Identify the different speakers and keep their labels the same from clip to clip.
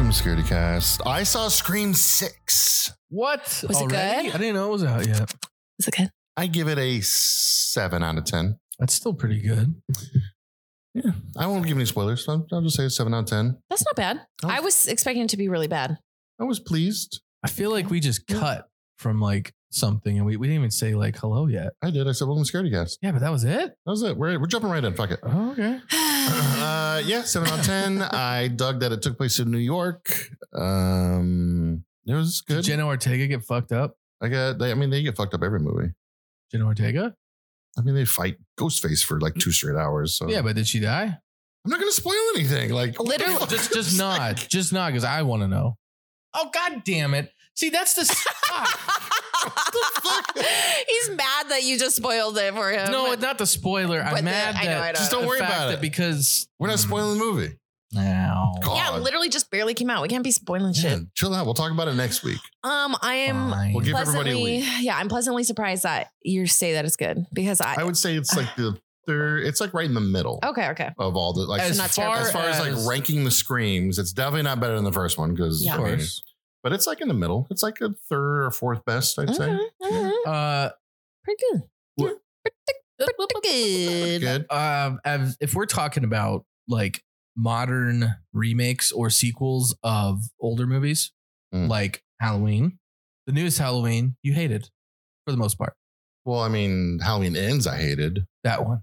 Speaker 1: Obscurity Cast. I saw Scream 6.
Speaker 2: What?
Speaker 3: Was it
Speaker 2: Already?
Speaker 3: good?
Speaker 2: I didn't know it was out yet.
Speaker 3: Is it good?
Speaker 1: I give it a 7 out of 10.
Speaker 2: That's still pretty good.
Speaker 1: Yeah. I won't give any spoilers. I'll, I'll just say a 7 out of 10.
Speaker 3: That's not bad.
Speaker 1: Oh.
Speaker 3: I was expecting it to be really bad.
Speaker 1: I was pleased.
Speaker 2: I feel like we just cut from like something and we, we didn't even say like hello yet.
Speaker 1: I did. I said, Welcome to Scaredy Cast.
Speaker 2: Yeah, but that was it.
Speaker 1: That was it. We're, we're jumping right in. Fuck it.
Speaker 2: okay.
Speaker 1: Uh, yeah, 7 out of 10. I dug that it took place in New York. Um, it was
Speaker 2: Did
Speaker 1: good.
Speaker 2: Jenna Ortega get fucked up?
Speaker 1: I got, they, I mean, they get fucked up every movie.
Speaker 2: Jenna Ortega?
Speaker 1: I mean, they fight Ghostface for like two straight hours. So
Speaker 2: Yeah, but did she die?
Speaker 1: I'm not going to spoil anything. Like what the
Speaker 3: Literally-
Speaker 1: fuck
Speaker 2: Just
Speaker 1: is
Speaker 2: just not.
Speaker 1: that?
Speaker 2: Just not because I want to know. Oh god damn it. See, that's the fuck.
Speaker 3: He's mad that you just spoiled it for him.
Speaker 2: No, it's not the spoiler. I'm
Speaker 3: But the-
Speaker 2: mad
Speaker 3: I know,
Speaker 2: that
Speaker 3: I know.
Speaker 1: Just don't
Speaker 2: the
Speaker 1: worry
Speaker 2: fact
Speaker 1: about
Speaker 2: that
Speaker 1: it.
Speaker 2: because
Speaker 1: We're not spoiling the movie.
Speaker 2: now.
Speaker 3: yeah,
Speaker 1: God.
Speaker 3: literally just barely came out. We can't be spoiling
Speaker 1: Yeah,
Speaker 3: shit.
Speaker 1: chill out. We'll talk about it next week.
Speaker 3: Um, I am
Speaker 1: We'll give everybody a
Speaker 3: pleasantly,
Speaker 1: week.
Speaker 3: yeah, I'm pleasantly surprised that you say that it's good because I,
Speaker 1: I would say it's like the third. It's like right in the middle
Speaker 3: okay, okay,
Speaker 1: of all the like.
Speaker 2: Oh. as,
Speaker 1: As,
Speaker 3: not
Speaker 2: far
Speaker 3: terrible.
Speaker 2: as,
Speaker 1: far as, like ranking the screams, it's definitely not better than the first one because
Speaker 3: Yeah.
Speaker 2: of course.
Speaker 1: But it's like in the middle. It's like a third or fourth best, I'd
Speaker 3: Mhm,
Speaker 1: say.
Speaker 3: mhm.
Speaker 2: Uh,
Speaker 3: pretty good,
Speaker 1: What-
Speaker 3: Yeah, pretty, pretty good.
Speaker 1: Good.
Speaker 2: um, as- if we're talking about like modern remakes or sequels of older movies,
Speaker 1: Mm.
Speaker 2: like Halloween, the newest Halloween, you hated for the most part.
Speaker 1: Well, I mean, Halloween Ends. I hated.
Speaker 2: That one.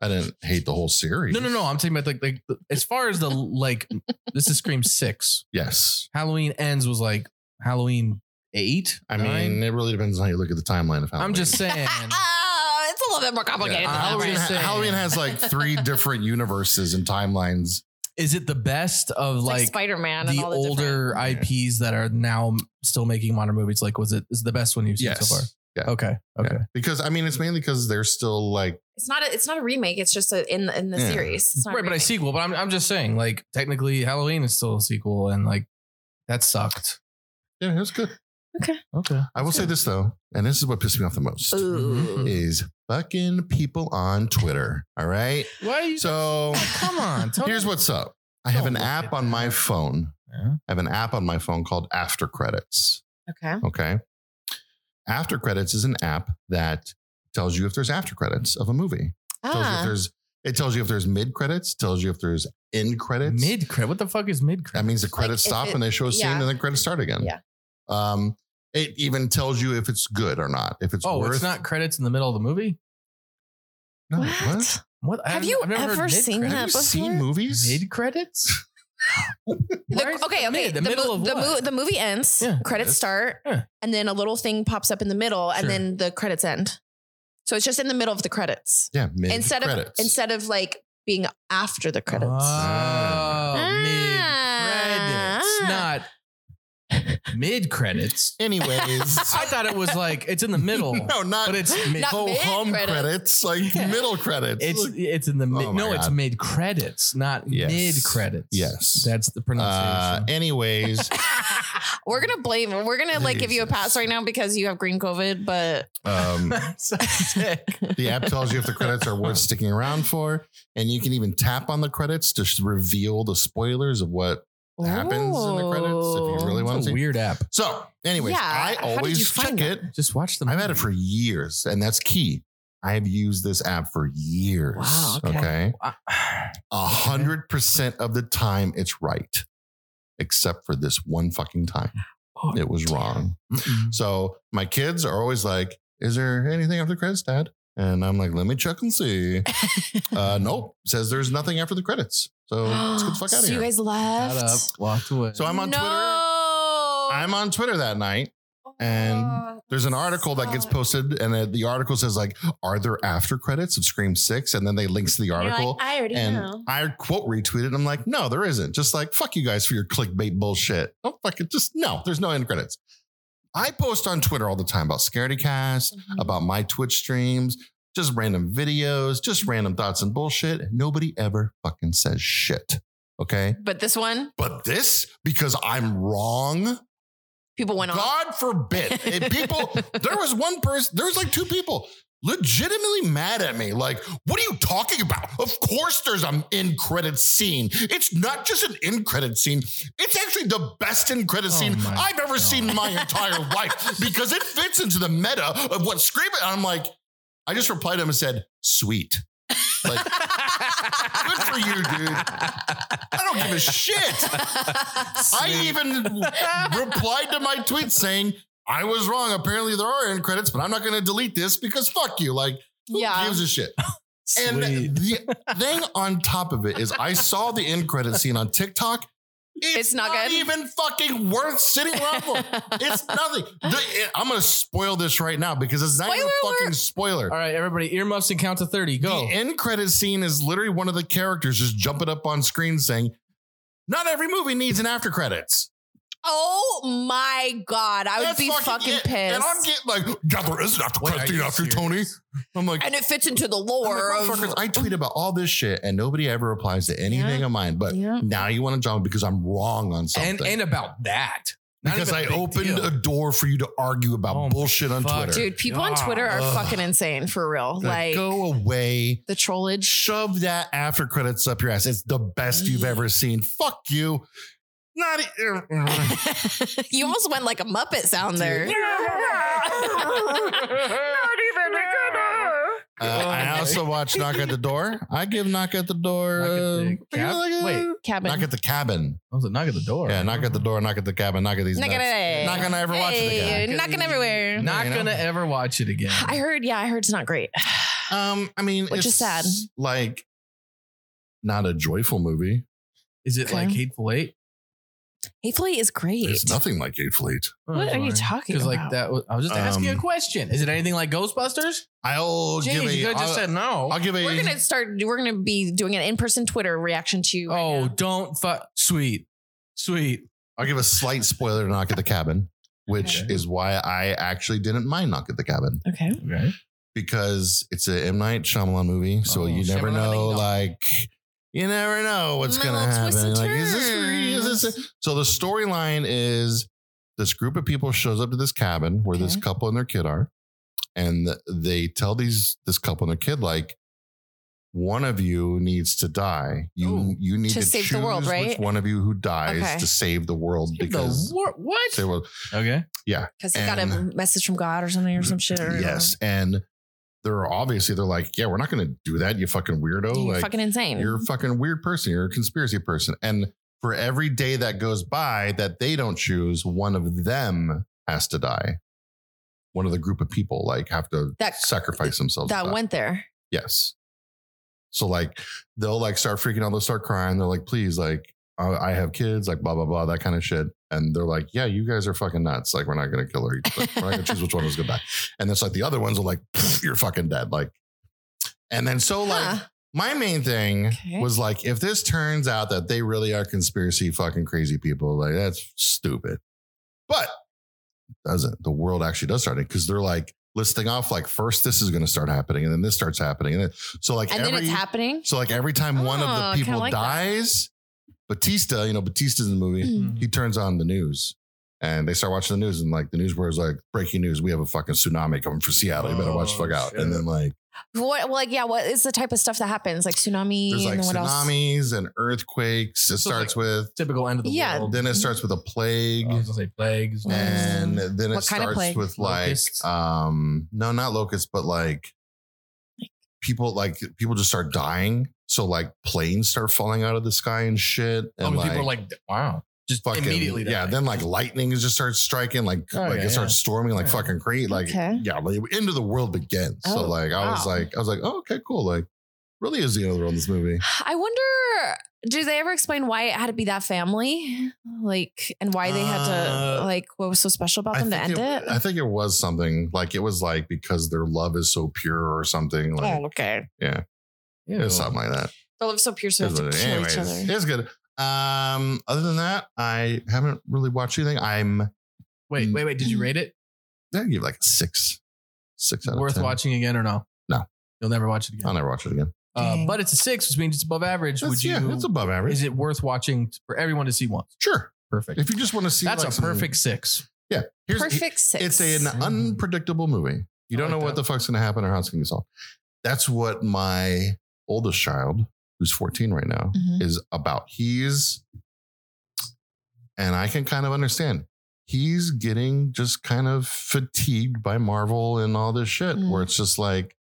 Speaker 1: I didn't hate the whole series.
Speaker 2: No, no, no. I'm talking about like, like as far as the like, this is Scream Six.
Speaker 1: Yes,
Speaker 2: Halloween Ends was like Halloween Eight.
Speaker 1: I
Speaker 2: nine?
Speaker 1: mean, it really depends on how you look at the timeline of Halloween.
Speaker 2: I'm just saying.
Speaker 3: Oh, it's a little bit more complicated.
Speaker 1: Yeah,
Speaker 2: I
Speaker 3: than that,
Speaker 2: was
Speaker 1: Halloween,
Speaker 3: right?
Speaker 2: gonna say-
Speaker 1: Halloween has like three different universes and timelines.
Speaker 2: is it the best of
Speaker 3: It's like,
Speaker 2: like,
Speaker 3: Spider Man and
Speaker 2: the
Speaker 3: all the different-
Speaker 2: older
Speaker 1: different-
Speaker 2: IPs that are now still making modern movies? Like, was it is it the best one you've seen so far?
Speaker 1: Yeah.
Speaker 2: Okay. Okay.
Speaker 1: Yeah. Because I mean, it's mainly because they're still like
Speaker 3: It's not a, it's not a remake. It's just a, in the, in the
Speaker 1: Yeah.
Speaker 3: series. It's not a
Speaker 2: Right, but I
Speaker 3: remake.
Speaker 2: sequel. But I'm I'm just saying, like, technically Halloween is still a sequel, and like that sucked.
Speaker 1: Yeah, it was good.
Speaker 2: Okay.
Speaker 1: I will say this though, and this is what pissed me off the most
Speaker 3: Ooh.
Speaker 1: is fucking people on Twitter. All right.
Speaker 2: Why are you
Speaker 1: So
Speaker 2: Oh, come on? Tony.
Speaker 1: here's what's up. I
Speaker 3: Oh,
Speaker 1: have an
Speaker 2: Don't look
Speaker 1: app
Speaker 2: at
Speaker 1: on
Speaker 2: that.
Speaker 1: my phone.
Speaker 2: Yeah.
Speaker 1: I have an app on my phone called After Credits.
Speaker 3: Okay.
Speaker 1: Okay. After Credits is an app that tells you if there's after credits of a movie. Tells you if
Speaker 3: Ah,
Speaker 1: there's it tells you if there's mid credits, tells you if there's end credits.
Speaker 2: mid credit. What the fuck is mid
Speaker 1: That
Speaker 2: credit?
Speaker 1: means the credits
Speaker 3: if
Speaker 1: stop
Speaker 3: it-
Speaker 1: and they show a scene
Speaker 3: yeah.
Speaker 1: and then credits start again.
Speaker 3: Yeah.
Speaker 1: Um, it even tells you if it's good or not. If it's
Speaker 2: oh,
Speaker 1: worth
Speaker 2: it's not credits in the middle of the movie.
Speaker 1: No,
Speaker 3: what?
Speaker 2: What?
Speaker 3: Have you
Speaker 2: never
Speaker 3: ever
Speaker 2: heard
Speaker 1: Have
Speaker 3: seen
Speaker 1: you
Speaker 2: mid-credits.
Speaker 3: that
Speaker 1: seen
Speaker 3: before?
Speaker 1: movies?
Speaker 2: Mid credits?
Speaker 3: The- okay, okay.
Speaker 2: The, middle
Speaker 3: mo-
Speaker 2: of
Speaker 3: the,
Speaker 2: what?
Speaker 3: mo- the movie ends.
Speaker 2: Yeah.
Speaker 3: credits
Speaker 1: Yes.
Speaker 3: start,
Speaker 2: Yeah.
Speaker 3: and then a little thing pops up in the middle, and
Speaker 2: Sure.
Speaker 3: then the credits end. So it's just in the middle of the credits
Speaker 1: yeah, mid
Speaker 3: instead
Speaker 1: credits.
Speaker 3: of instead of like being after the credits.
Speaker 2: Oh,
Speaker 3: Ah.
Speaker 2: mid credits, not mid credits.
Speaker 1: Anyways,
Speaker 2: I thought it was like it's in the middle.
Speaker 1: no, not
Speaker 2: but it's mid.
Speaker 3: Not
Speaker 1: ho hum
Speaker 3: mid-credits.
Speaker 1: credits, like
Speaker 2: Yeah.
Speaker 1: middle credits.
Speaker 2: it's
Speaker 1: Look.
Speaker 2: it's in the mid.
Speaker 1: Oh my
Speaker 2: no, it's
Speaker 1: God.
Speaker 2: mid credits, not
Speaker 1: Yes.
Speaker 2: mid credits.
Speaker 1: Yes.
Speaker 2: that's the
Speaker 1: uh,
Speaker 2: pronunciation.
Speaker 1: anyways,
Speaker 3: we're gonna blame. We're gonna like give you a pass
Speaker 1: Jesus.
Speaker 3: right now because you have green COVID. But
Speaker 1: um,
Speaker 2: So sick.
Speaker 1: the app tells you if the credits are worth sticking around for, and you can even tap on the credits to s- reveal the spoilers of what happens in the credits if you really
Speaker 3: Ooh.
Speaker 1: want
Speaker 2: It's
Speaker 1: to see.
Speaker 2: a weird app.
Speaker 1: So, anyways,
Speaker 3: Yeah,
Speaker 1: I
Speaker 3: how did you
Speaker 1: always
Speaker 3: find
Speaker 1: check
Speaker 3: that?
Speaker 1: it.
Speaker 2: Just watch them.
Speaker 1: I've had it for years, and that's key. I've used this app for years.
Speaker 3: Wow, okay.
Speaker 1: Okay.
Speaker 2: I-
Speaker 1: A hundred percent of the time it's right. Except for this one fucking time.
Speaker 3: Oh,
Speaker 1: it was wrong.
Speaker 2: Mm-mm.
Speaker 1: So my kids are always like, Is there anything after credits, Dad? And I'm like, let me check and see. uh, nope. Says there's nothing after the credits. So let's get the fuck out
Speaker 3: so
Speaker 1: of here.
Speaker 3: you guys
Speaker 2: Got
Speaker 3: left.
Speaker 2: up, walked away.
Speaker 1: so I'm on
Speaker 3: no. Oh
Speaker 1: Twitter. I'm on Twitter that night. and There's an article that gets posted, and it- the article says like, "Are there after credits of Scream 6? And then they links to the article,
Speaker 3: I already
Speaker 1: and
Speaker 3: know.
Speaker 1: I quote retweeted. and I'm like, "No, there isn't." Just like, "Fuck you guys for your clickbait bullshit." Don't fucking just no. There's no end credits. I post on Twitter all the time about Scaredy Cast,
Speaker 3: Mhm.
Speaker 1: about my Twitch streams, just random videos, just random thoughts and bullshit. Nobody ever fucking says shit. Okay,
Speaker 3: But this one,
Speaker 1: but this because I'm wrong.
Speaker 3: people went on.
Speaker 1: God forbid. If people, there was one person, there was like two people. legitimately mad at me. Like, what are you talking about? Of course, there's an in credit scene. It's not just an in credit scene, it's actually the best in credit
Speaker 2: Oh
Speaker 1: scene
Speaker 2: my
Speaker 1: I've ever
Speaker 2: God.
Speaker 1: seen in my entire life because it fits into the meta of what Scream. And I'm like, I just replied to him and said, sweet. Like, good for you, dude. I don't give a shit. I even replied to my tweet saying, I was wrong. Apparently there are end credits, but I'm not going to delete this because fuck you. Like, who
Speaker 3: Yeah.
Speaker 1: gives a shit?
Speaker 2: Sweet.
Speaker 1: And the thing on top of it is I saw the end credit scene on TikTok. It's,
Speaker 3: It's not good.
Speaker 1: even fucking worth sitting around for. It's nothing. The- eh, I'm going to spoil this right now because it's not even a
Speaker 3: Spoiler
Speaker 1: fucking
Speaker 3: alert.
Speaker 1: spoiler.
Speaker 2: All right, everybody, earmuffs and count to 30. Go.
Speaker 1: The end credit scene is literally one of the characters just jumping up on screen saying, Not every movie needs an after credits.
Speaker 3: oh my god, I would
Speaker 1: That's
Speaker 3: be fucking
Speaker 1: it.
Speaker 3: pissed.
Speaker 1: And I'm getting like, yeah, there is an after
Speaker 2: Wait,
Speaker 1: credit
Speaker 2: are
Speaker 1: scene
Speaker 2: you
Speaker 1: after Tony.
Speaker 2: serious?
Speaker 1: I'm like,
Speaker 3: And it fits into the
Speaker 1: I'm like,
Speaker 3: lore
Speaker 1: motherfuckers,
Speaker 3: of.
Speaker 1: I tweet about all this shit and nobody ever replies to anything of mine. But
Speaker 3: Yeah.
Speaker 1: now you want to jump because I'm wrong on something.
Speaker 2: and, and about that. Not
Speaker 1: because I
Speaker 2: even a big
Speaker 1: opened
Speaker 2: deal.
Speaker 1: a door for you to argue about
Speaker 2: Oh my
Speaker 1: bullshit on
Speaker 2: fuck.
Speaker 1: Twitter.
Speaker 3: Dude, people on
Speaker 2: God.
Speaker 3: Twitter are
Speaker 1: Ugh.
Speaker 3: fucking insane for real.
Speaker 1: like,
Speaker 3: Like
Speaker 1: go away.
Speaker 3: the trollage.
Speaker 1: Shove that after credits up your ass. It's the best you've ever seen. Fuck you. Not. e-
Speaker 3: you almost went like a Muppet sound there.
Speaker 1: Uh, I also watch Knock at the Door. I give Knock at the Door.
Speaker 2: Knock at the
Speaker 1: uh,
Speaker 2: cab- wait. uh-huh.
Speaker 3: Cabin.
Speaker 1: Knock at the cabin.
Speaker 2: I was a knock at the door.
Speaker 1: Yeah, knock at the door, knock at the cabin, knock at these.
Speaker 3: Knocking
Speaker 1: nuts.
Speaker 3: it.
Speaker 1: Not gonna ever watch it
Speaker 3: Hey,
Speaker 2: again.
Speaker 3: Knocking everywhere.
Speaker 2: Not
Speaker 1: You know?
Speaker 2: gonna ever watch it again.
Speaker 3: I heard, yeah, I heard it's not great.
Speaker 1: Um, I mean,
Speaker 3: Which is
Speaker 1: it's
Speaker 3: sad.
Speaker 1: Like, not a joyful movie.
Speaker 2: Is it like
Speaker 3: Okay.
Speaker 2: Hateful Eight?
Speaker 3: Hateful Eight is great.
Speaker 1: There's nothing like Hateful Eight.
Speaker 3: What are you talking
Speaker 2: Because Oh, like
Speaker 3: about?
Speaker 2: that, was, I was just asking a
Speaker 1: Um,
Speaker 2: question. Is it anything like Ghostbusters?
Speaker 1: I'll
Speaker 2: Jeez,
Speaker 1: give
Speaker 2: you
Speaker 1: a.
Speaker 2: could have
Speaker 1: I'll,
Speaker 2: just said no.
Speaker 1: I'll give a.
Speaker 3: We're gonna start. We're gonna be doing an in-person Twitter reaction to you. right
Speaker 2: oh,
Speaker 3: now.
Speaker 2: don't fuck. Sweet, sweet.
Speaker 1: I'll give a slight spoiler to Knock at the Cabin, which
Speaker 2: Okay.
Speaker 1: is why I actually didn't mind Knock at the Cabin
Speaker 3: okay.
Speaker 2: Okay.
Speaker 1: because it's a M Night Shyamalan movie, so
Speaker 2: Oh,
Speaker 1: you never
Speaker 2: Shyamalan
Speaker 1: know.
Speaker 2: ding dong.
Speaker 1: Like, you never know what's
Speaker 3: My
Speaker 1: gonna
Speaker 3: little twists
Speaker 1: happen.
Speaker 3: and
Speaker 1: Like, is this?
Speaker 3: turns.
Speaker 1: Is this? So the storyline is this group of people shows up to this cabin where this
Speaker 3: Okay.
Speaker 1: couple and their kid are, and they tell these this couple and their kid like, one of you needs to die. You
Speaker 2: Ooh.
Speaker 1: you need to,
Speaker 3: To save
Speaker 1: choose
Speaker 3: the world,
Speaker 1: which
Speaker 3: right?
Speaker 1: one of you who dies
Speaker 3: Okay.
Speaker 1: to save the world because
Speaker 2: the wor- what?
Speaker 1: they will.
Speaker 2: Okay.
Speaker 3: Because he got a
Speaker 1: And-
Speaker 3: message from God or something or some shit. Or
Speaker 1: Yes, and they're obviously they're like, yeah, we're not going to do that. You fucking weirdo.
Speaker 3: You're
Speaker 1: like,
Speaker 3: fucking insane.
Speaker 1: You're a fucking weird person. You're a conspiracy person. And for every day that goes by that they don't choose, one of them has to die. One of the group of people like have to
Speaker 3: That-
Speaker 1: sacrifice themselves. to
Speaker 3: that
Speaker 1: die.
Speaker 3: went there.
Speaker 1: Yes. So like they'll like start freaking out. They'll start crying. They're like, please, like uh, I I have kids, like blah blah blah, that kind of shit. And they're like, yeah, you guys are fucking nuts. Like we're not gonna kill her. Like, we're not gonna choose which one is gonna die. And it's like the other ones are like, "Pfft, you're fucking dead. Like, and then so like
Speaker 3: Huh.
Speaker 1: my main thing
Speaker 3: Okay.
Speaker 1: was like, if this turns out that they really are conspiracy fucking crazy people, like that's stupid. But it doesn't. The world actually does start it because they're like listing off like first this is going to start happening and then this starts happening and then so like
Speaker 3: And
Speaker 1: every
Speaker 3: then it's happening.
Speaker 1: so like every time one
Speaker 3: Oh,
Speaker 1: of
Speaker 3: kinda
Speaker 1: the people
Speaker 3: like that. Mm.
Speaker 1: dies, Batista, you know Batista's in the movie,
Speaker 3: Hmm.
Speaker 1: he turns on the news. And they start watching the news, and like the news was like breaking news: we have a fucking tsunami coming for Seattle. You better watch the fuck
Speaker 2: Oh,
Speaker 1: out.
Speaker 2: shit.
Speaker 1: And then like.
Speaker 3: What? Well, like, yeah. What is the type of stuff that happens? Like tsunami
Speaker 1: There's like
Speaker 3: and then what else?
Speaker 1: tsunamis and earthquakes. It
Speaker 2: So, oh,
Speaker 1: starts
Speaker 2: Typical end of the
Speaker 3: Yeah.
Speaker 1: with,
Speaker 2: world.
Speaker 1: then it starts with a plague,
Speaker 2: I was gonna say plagues.
Speaker 3: Mm.
Speaker 1: and then it
Speaker 3: What kind
Speaker 1: starts
Speaker 3: of plague?
Speaker 1: with like,
Speaker 2: Locusts?
Speaker 1: um, no, not locusts, but like people, like people just start dying. So like planes start falling out of the sky and shit, and
Speaker 2: Oh,
Speaker 1: like,
Speaker 2: people are like, wow, just
Speaker 1: fucking
Speaker 2: immediately.
Speaker 1: yeah.
Speaker 2: die.
Speaker 1: Then like lightning just starts striking, like
Speaker 2: Oh,
Speaker 1: like
Speaker 2: yeah,
Speaker 1: it starts
Speaker 2: yeah.
Speaker 1: storming, like
Speaker 2: Yeah.
Speaker 1: fucking crazy, like
Speaker 3: Okay.
Speaker 1: yeah, like end of the world begins. so
Speaker 3: Oh,
Speaker 1: like I was
Speaker 3: wow.
Speaker 1: like I was like oh, okay cool like really is the end of the world in this movie.
Speaker 3: I wonder. Do they ever explain why it had to be that family, like, and why they had to,
Speaker 1: Uh,
Speaker 3: like, what was so special about them to end
Speaker 1: think
Speaker 3: it?
Speaker 1: I think it was something like it was like because their love is so pure or something like
Speaker 3: oh, okay.
Speaker 1: it
Speaker 2: Ew.
Speaker 1: was something like that.
Speaker 3: They love so pure, so
Speaker 1: It
Speaker 3: they
Speaker 1: was
Speaker 3: have
Speaker 1: what
Speaker 3: to
Speaker 1: it-
Speaker 3: kill each
Speaker 1: anyways,
Speaker 3: other.
Speaker 1: it's good. Um, other than that, I haven't really watched anything. I'm
Speaker 2: Wait, wait, wait. Did
Speaker 3: Hmm.
Speaker 2: you rate it?
Speaker 1: I give it like a six, six out
Speaker 2: Worth
Speaker 1: of 10.
Speaker 2: watching again or no?
Speaker 1: No.
Speaker 2: You'll never watch it again.
Speaker 1: I'll never watch it again.
Speaker 2: Uh,
Speaker 3: Dang.
Speaker 2: but it's a six, which means it's above average.
Speaker 1: That's-
Speaker 2: Would you?
Speaker 1: yeah, it's above average.
Speaker 2: is it worth watching for everyone to see once?
Speaker 1: sure.
Speaker 2: Perfect.
Speaker 1: If you just want to see,
Speaker 2: That's
Speaker 1: like,
Speaker 2: a
Speaker 1: some-
Speaker 2: perfect six.
Speaker 1: Here's,
Speaker 3: Perfect six.
Speaker 1: It's an
Speaker 2: Mhm.
Speaker 1: unpredictable movie. You
Speaker 2: I
Speaker 1: don't
Speaker 2: like
Speaker 1: know what
Speaker 2: that.
Speaker 1: the fuck's going to happen or how it's going to get solved. That's what my oldest child, who's 14 right now,
Speaker 3: Mhm.
Speaker 1: is about. He's, and I can kind of understand, he's getting just kind of fatigued by Marvel and all this shit,
Speaker 3: Mm.
Speaker 1: where it's just like,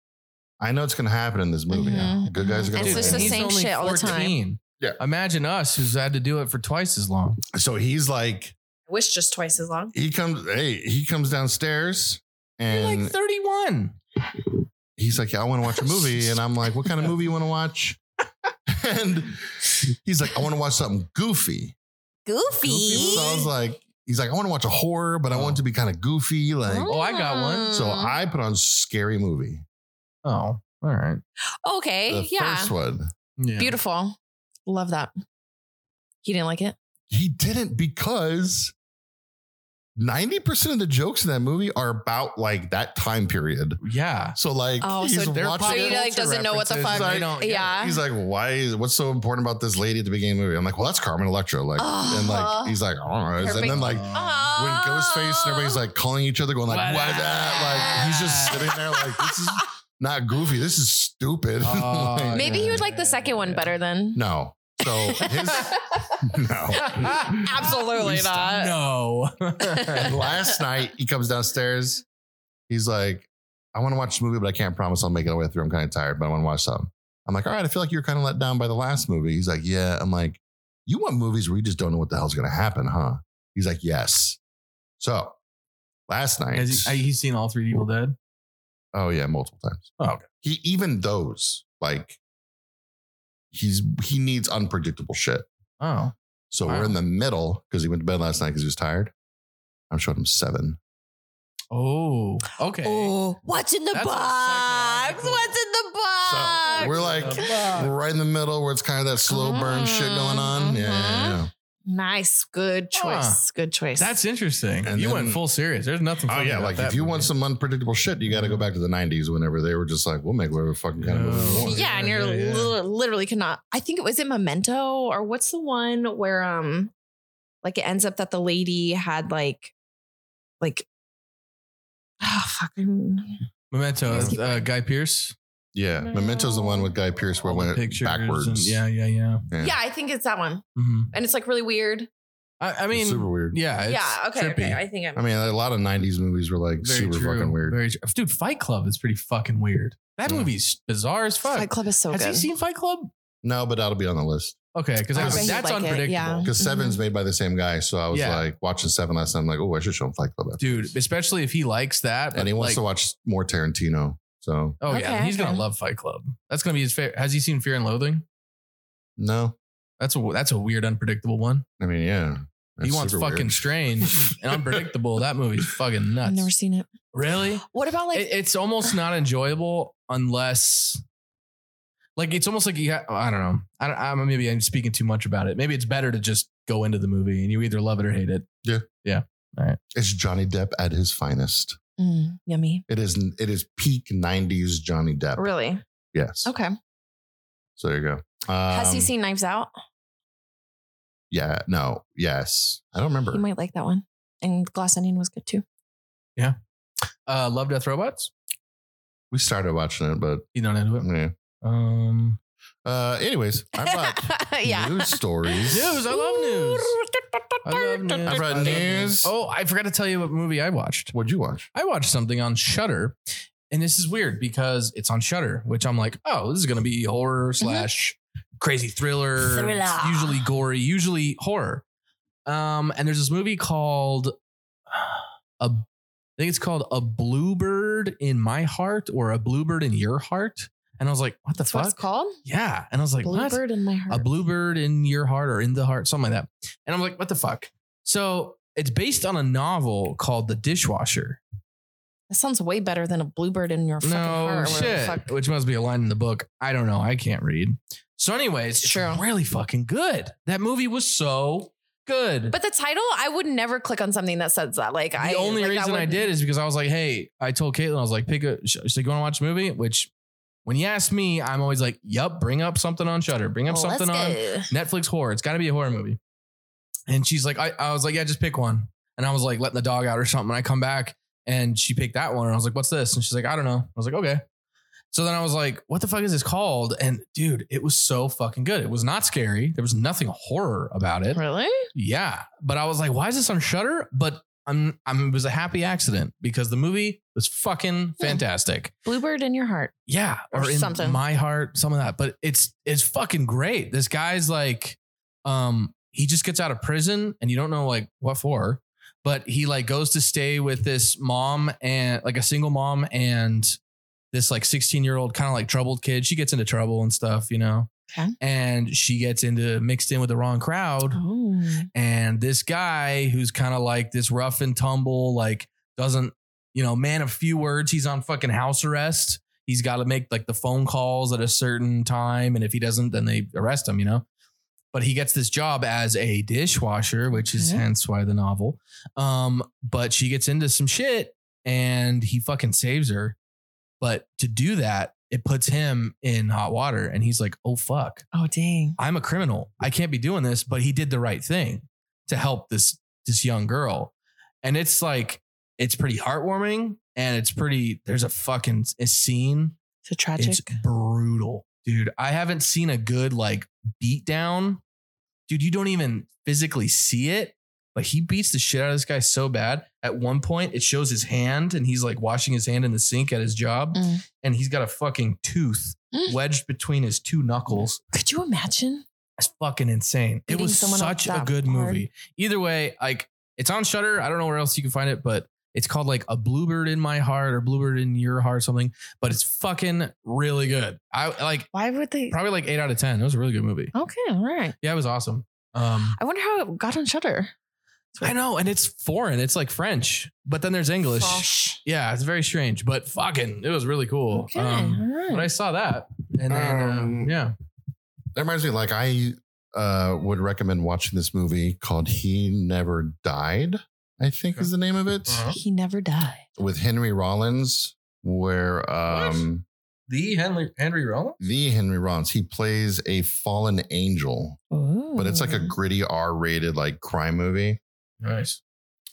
Speaker 1: I know it's going to happen in this movie.
Speaker 3: Mhm,
Speaker 1: Good guys are
Speaker 3: mhm.
Speaker 1: going
Speaker 3: And
Speaker 1: to win.
Speaker 3: it's just the
Speaker 2: He's
Speaker 3: same
Speaker 2: only
Speaker 3: shit all the time.
Speaker 2: 14.
Speaker 1: Yeah.
Speaker 2: Imagine us who's had to do it for twice as long.
Speaker 1: so he's like,
Speaker 3: I wish just twice as long.
Speaker 1: he comes, hey, he comes downstairs
Speaker 2: You're
Speaker 1: and
Speaker 2: like 31.
Speaker 1: he's like, yeah, I want to watch a movie. And I'm like, what kind of movie you want to watch? and he's like, I want to watch something goofy.
Speaker 3: Goofy.
Speaker 1: So I was like, he's like, I want to watch a horror, but I want it to be kind of goofy. Like,
Speaker 2: Oh, I got one.
Speaker 1: so
Speaker 3: Mm.
Speaker 1: I put on scary movie.
Speaker 2: Oh, all right.
Speaker 3: okay,
Speaker 1: The
Speaker 3: Eh, yeah,
Speaker 1: first one.
Speaker 2: Yeah.
Speaker 3: beautiful. Love that. You didn't like it?
Speaker 1: He didn't because 90% of the jokes in that movie are about like that time period.
Speaker 2: Yeah.
Speaker 1: So like
Speaker 3: Oh, so
Speaker 1: he's
Speaker 3: they're
Speaker 1: watching
Speaker 3: probably
Speaker 1: it.
Speaker 3: he, like, doesn't know what the
Speaker 2: References,
Speaker 1: fuck-
Speaker 2: they don't get
Speaker 3: Yeah.
Speaker 1: He's like, why is what's so important about this lady at the beginning of the movie? I'm like, well, that's Carmen Electra. Like, and
Speaker 3: Oh.
Speaker 1: like he's like, all right. And
Speaker 3: Perfect.
Speaker 1: then like
Speaker 2: it.
Speaker 1: when
Speaker 3: Ah.
Speaker 1: Ghostface and everybody's like calling each other, going like,
Speaker 2: What
Speaker 1: "What?" that?" Like he's just sitting there like, "This is not goofy. This is stupid."
Speaker 2: Oh,
Speaker 1: Like,
Speaker 3: Maybe he would like the second one better then.
Speaker 1: no. So his no.
Speaker 3: Absolutely
Speaker 2: He's-
Speaker 3: not.
Speaker 2: No.
Speaker 1: Last night he comes downstairs. He's like, "I want to watch this movie, but I can't promise I'll make it all the way through. I'm kind of tired, but I want to watch something." I'm like, "All right, I feel like you're kind of let down by the last movie." He's like, "Yeah." I'm like, "You want movies where you just don't know what the hell's going to happen, huh?" He's like, "Yes." So last night,
Speaker 2: Has he, uh, he's seen all three Evil Dead?
Speaker 1: Oh yeah, multiple times.
Speaker 2: Oh, okay.
Speaker 1: He even those like he's he needs unpredictable shit.
Speaker 2: Oh.
Speaker 1: So
Speaker 2: Wow.
Speaker 1: we're in the middle because he went to bed last night because he was tired. I'm showing him seven.
Speaker 2: Oh. Okay.
Speaker 3: Oh, what's in the
Speaker 2: That's a
Speaker 3: box?
Speaker 2: psychological-
Speaker 3: What's in the
Speaker 1: So
Speaker 3: box?
Speaker 1: we're like
Speaker 2: Fuck.
Speaker 1: we're right in the middle where it's kind of that slow burn shit going
Speaker 2: Mm-hmm.
Speaker 1: on. Yeah, yeah,
Speaker 3: nice, good choice,
Speaker 2: Huh.
Speaker 3: good choice.
Speaker 2: That's interesting.
Speaker 1: And
Speaker 2: you
Speaker 1: then-
Speaker 2: went full serious. There's nothing.
Speaker 1: yeah. Oh
Speaker 2: funny
Speaker 1: yeah,
Speaker 2: about
Speaker 1: like
Speaker 2: that
Speaker 1: if you
Speaker 2: movie.
Speaker 1: want some unpredictable shit, you got to go back to the '90s. Whenever they were just like, we'll make whatever fucking kind of movie we
Speaker 2: Oh,
Speaker 3: yeah,
Speaker 1: want.
Speaker 2: yeah,
Speaker 3: and you're
Speaker 2: yeah, yeah.
Speaker 3: li- literally cannot. I think it was in Memento or what's the one where um, like it ends up that the lady had like, like, oh fucking
Speaker 2: Memento,
Speaker 3: Let's keep
Speaker 2: uh, Guy Pierce,
Speaker 1: Yeah, Memento's the one with Guy Pearce where it went backwards.
Speaker 2: yeah, yeah, yeah.
Speaker 3: yeah. I think it's that one,
Speaker 2: hmm
Speaker 3: and it's like really weird.
Speaker 2: I, I
Speaker 1: I mean,
Speaker 2: mean,
Speaker 1: super weird.
Speaker 2: yeah, it's
Speaker 3: yeah, okay,
Speaker 2: trippy.
Speaker 3: okay, I think I'm.
Speaker 1: I mean, a lot of '90s movies were like
Speaker 2: Very
Speaker 1: super
Speaker 2: true,
Speaker 1: fucking weird.
Speaker 2: Very true. dude. Fight Club is pretty fucking weird. That
Speaker 1: Yeah.
Speaker 2: movie's bizarre as fuck.
Speaker 3: Fight Club is so
Speaker 2: Has
Speaker 3: good.
Speaker 2: he seen Fight Club?
Speaker 1: No, but that'll be on the list.
Speaker 2: Okay, because
Speaker 1: I bet
Speaker 2: that's
Speaker 1: he'd
Speaker 3: like it,
Speaker 2: unpredictable.
Speaker 3: yeah.
Speaker 1: because
Speaker 3: Mhm.
Speaker 1: Seven's made by the same guy. So I was
Speaker 2: Mm-hmm. Yeah.
Speaker 1: like watching Seven last time. I'm like, oh, I should show him Fight Club. after
Speaker 2: Dude,
Speaker 1: this.
Speaker 2: especially if he likes that.
Speaker 1: and he wants to watch more Tarantino. So
Speaker 2: Oh yeah,
Speaker 3: Okay,
Speaker 2: he's gonna
Speaker 3: okay.
Speaker 2: love Fight Club. That's gonna be his favorite. Has he seen Fear and Loathing?
Speaker 1: no,
Speaker 2: That's a that's a weird, unpredictable one.
Speaker 1: I mean, yeah,
Speaker 2: he
Speaker 1: That's
Speaker 2: wants
Speaker 1: super
Speaker 2: fucking
Speaker 1: weird.
Speaker 2: strange and unpredictable. That movie's fucking
Speaker 3: I've
Speaker 2: nuts.
Speaker 3: never seen it.
Speaker 2: really?
Speaker 3: What about like?
Speaker 2: It- it's almost not enjoyable unless, like, it's almost like you. Ha- I don't know. I don't. I'm, maybe I'm speaking too much about it. Maybe it's better to just go into the movie and you either love it or hate it.
Speaker 1: It's Johnny Depp at his finest.
Speaker 3: Mm, yummy.
Speaker 1: It is. It is peak '90s Johnny Depp.
Speaker 3: Really?
Speaker 1: Yes.
Speaker 3: Okay.
Speaker 2: Um,
Speaker 1: So there you go. Um,
Speaker 3: Has he seen Knives Out?
Speaker 1: Yeah. No. Yes. I don't
Speaker 3: You
Speaker 1: remember.
Speaker 3: might like that one. And Glass Onion was good too.
Speaker 2: Uh, love Death Robots.
Speaker 1: We started watching it, but
Speaker 2: You don't into it.
Speaker 1: yeah.
Speaker 2: Um,
Speaker 1: Uh, anyways, I brought news stories.
Speaker 2: News, I love news. I love news.
Speaker 1: I brought
Speaker 2: love
Speaker 1: news.
Speaker 2: Oh, I forgot to tell you what movie I watched.
Speaker 1: What'd you watch?
Speaker 2: I watched something on Shutter, and this is weird because it's on Shutter, which I'm like, oh, this is gonna be horror slash crazy thriller.
Speaker 3: Mm-hmm. Thriller.
Speaker 2: It's usually gory, usually horror. Um, and there's this movie called uh, a, I think it's called A Bluebird in My Heart or A Bluebird in Your Heart. And I was like, what the
Speaker 3: That's what
Speaker 2: fuck?
Speaker 3: it's called?
Speaker 2: Yeah. And I was like, what?
Speaker 3: Bluebird in my heart.
Speaker 2: a bluebird in your heart or in the heart, something like that. And I'm like, what the fuck? So it's based on a novel called The Dishwasher.
Speaker 3: that sounds way better than a bluebird in your fucking
Speaker 2: No
Speaker 3: heart. or whatever the
Speaker 2: shit,
Speaker 3: fuck.
Speaker 2: which must be a line in the book. I don't know. I can't read. So, anyways,
Speaker 3: It's
Speaker 2: it's
Speaker 3: true.
Speaker 2: really fucking good. That movie was so good.
Speaker 3: But the title, I would never click on something that says that. Like
Speaker 2: the
Speaker 3: I
Speaker 2: only
Speaker 3: like, that
Speaker 2: reason I
Speaker 3: would-
Speaker 2: did is because I was like, hey, I told Caitlin, I was like, pick a, she's like, you want to watch a movie? Which, when you ask me, I'm always like, yup, bring up something on Shutter, bring up
Speaker 3: Well,
Speaker 2: something
Speaker 3: let's
Speaker 2: on
Speaker 3: go.
Speaker 2: Netflix horror. It's got to be a horror movie. And she's like, I, I was like, yeah, just pick one. And I was like, letting the dog out or something. And I come back And she picked that one. And I was like, what's this? And she's like, I don't know. I was like, okay. So then I was like, what the fuck is this called? And dude, it was so fucking good. It was not scary. There was nothing horror about it.
Speaker 3: Really?
Speaker 2: Yeah. But I was like, why is this on Shutter? But I'm, I'm, it was a happy accident because the movie was fucking fantastic.
Speaker 3: Bluebird in your heart.
Speaker 2: Yeah,
Speaker 3: Or
Speaker 2: or, in
Speaker 3: something.
Speaker 2: my heart, some of that. But it's it's fucking great. This guy's like, um, he just gets out of prison, and you don't know like what for, but he like goes to stay with this mom and like a single mom and this like sixteen year old kind of like troubled kid. She gets into trouble and stuff, you know.
Speaker 3: Okay.
Speaker 2: And she gets into mixed in with the wrong crowd
Speaker 3: Oh.
Speaker 2: and this guy who's kind of like this rough and tumble, like doesn't, you know, man of few words. He's on fucking house arrest. He's got to make like the phone calls at a certain time, and if he doesn't, then they arrest him. You know. But he gets this job as a dishwasher, which is
Speaker 3: Okay.
Speaker 2: hence why the novel. Um, but she gets into some shit, and he fucking saves her. But to do that, it puts him in hot water, and he's like, "Oh fuck."
Speaker 3: Oh, dang.
Speaker 2: I'm a criminal. I can't be doing this, but he did the right thing to help this this young girl. And it's like it's pretty heartwarming and it's pretty there's a fucking s- a scene.
Speaker 3: It's a tragic.
Speaker 2: It's brutal. Dude, I haven't seen a good like beat down. Dude, you don't even physically see it, but he beats the shit out of this guy so bad. At one point, it shows his hand and he's like washing his hand in the sink at his job
Speaker 3: Mm.
Speaker 2: and he's got a fucking tooth
Speaker 3: Mm.
Speaker 2: wedged between his two knuckles.
Speaker 3: Could you imagine?
Speaker 2: It's fucking insane. It
Speaker 3: Beating
Speaker 2: was
Speaker 3: someone up
Speaker 2: such a
Speaker 3: that
Speaker 2: good
Speaker 3: hard.
Speaker 2: movie. Either way, like it's on Shutter. I don't know where else you can find it, but it's called like a Bluebird in My Heart or Bluebird in Your Heart, something. But it's fucking really good. I like
Speaker 3: Why would they?
Speaker 2: probably like eight out of ten. It was a really good movie.
Speaker 3: Okay, all right.
Speaker 2: Yeah, it was awesome. Um,
Speaker 3: I wonder how it got on Shutter.
Speaker 2: I know, and it's foreign. It's like French, but then there's English. Yeah, it's very strange, but fucking, it was really cool.
Speaker 3: Okay,
Speaker 2: Um,
Speaker 3: all
Speaker 2: but I
Speaker 3: right.
Speaker 2: saw that, and then um,
Speaker 1: Um,
Speaker 2: yeah,
Speaker 1: That reminds me, like I uh, would recommend watching this movie called "He Never Died." I think is the name of it
Speaker 2: Uh-huh.
Speaker 3: he never died.
Speaker 1: with Henry Rollins, where um,
Speaker 2: the Henry Henry Rollins.
Speaker 1: the Henry Rollins he plays a fallen angel,
Speaker 3: Ooh.
Speaker 1: but it's like a gritty R-rated like crime movie,
Speaker 2: Nice.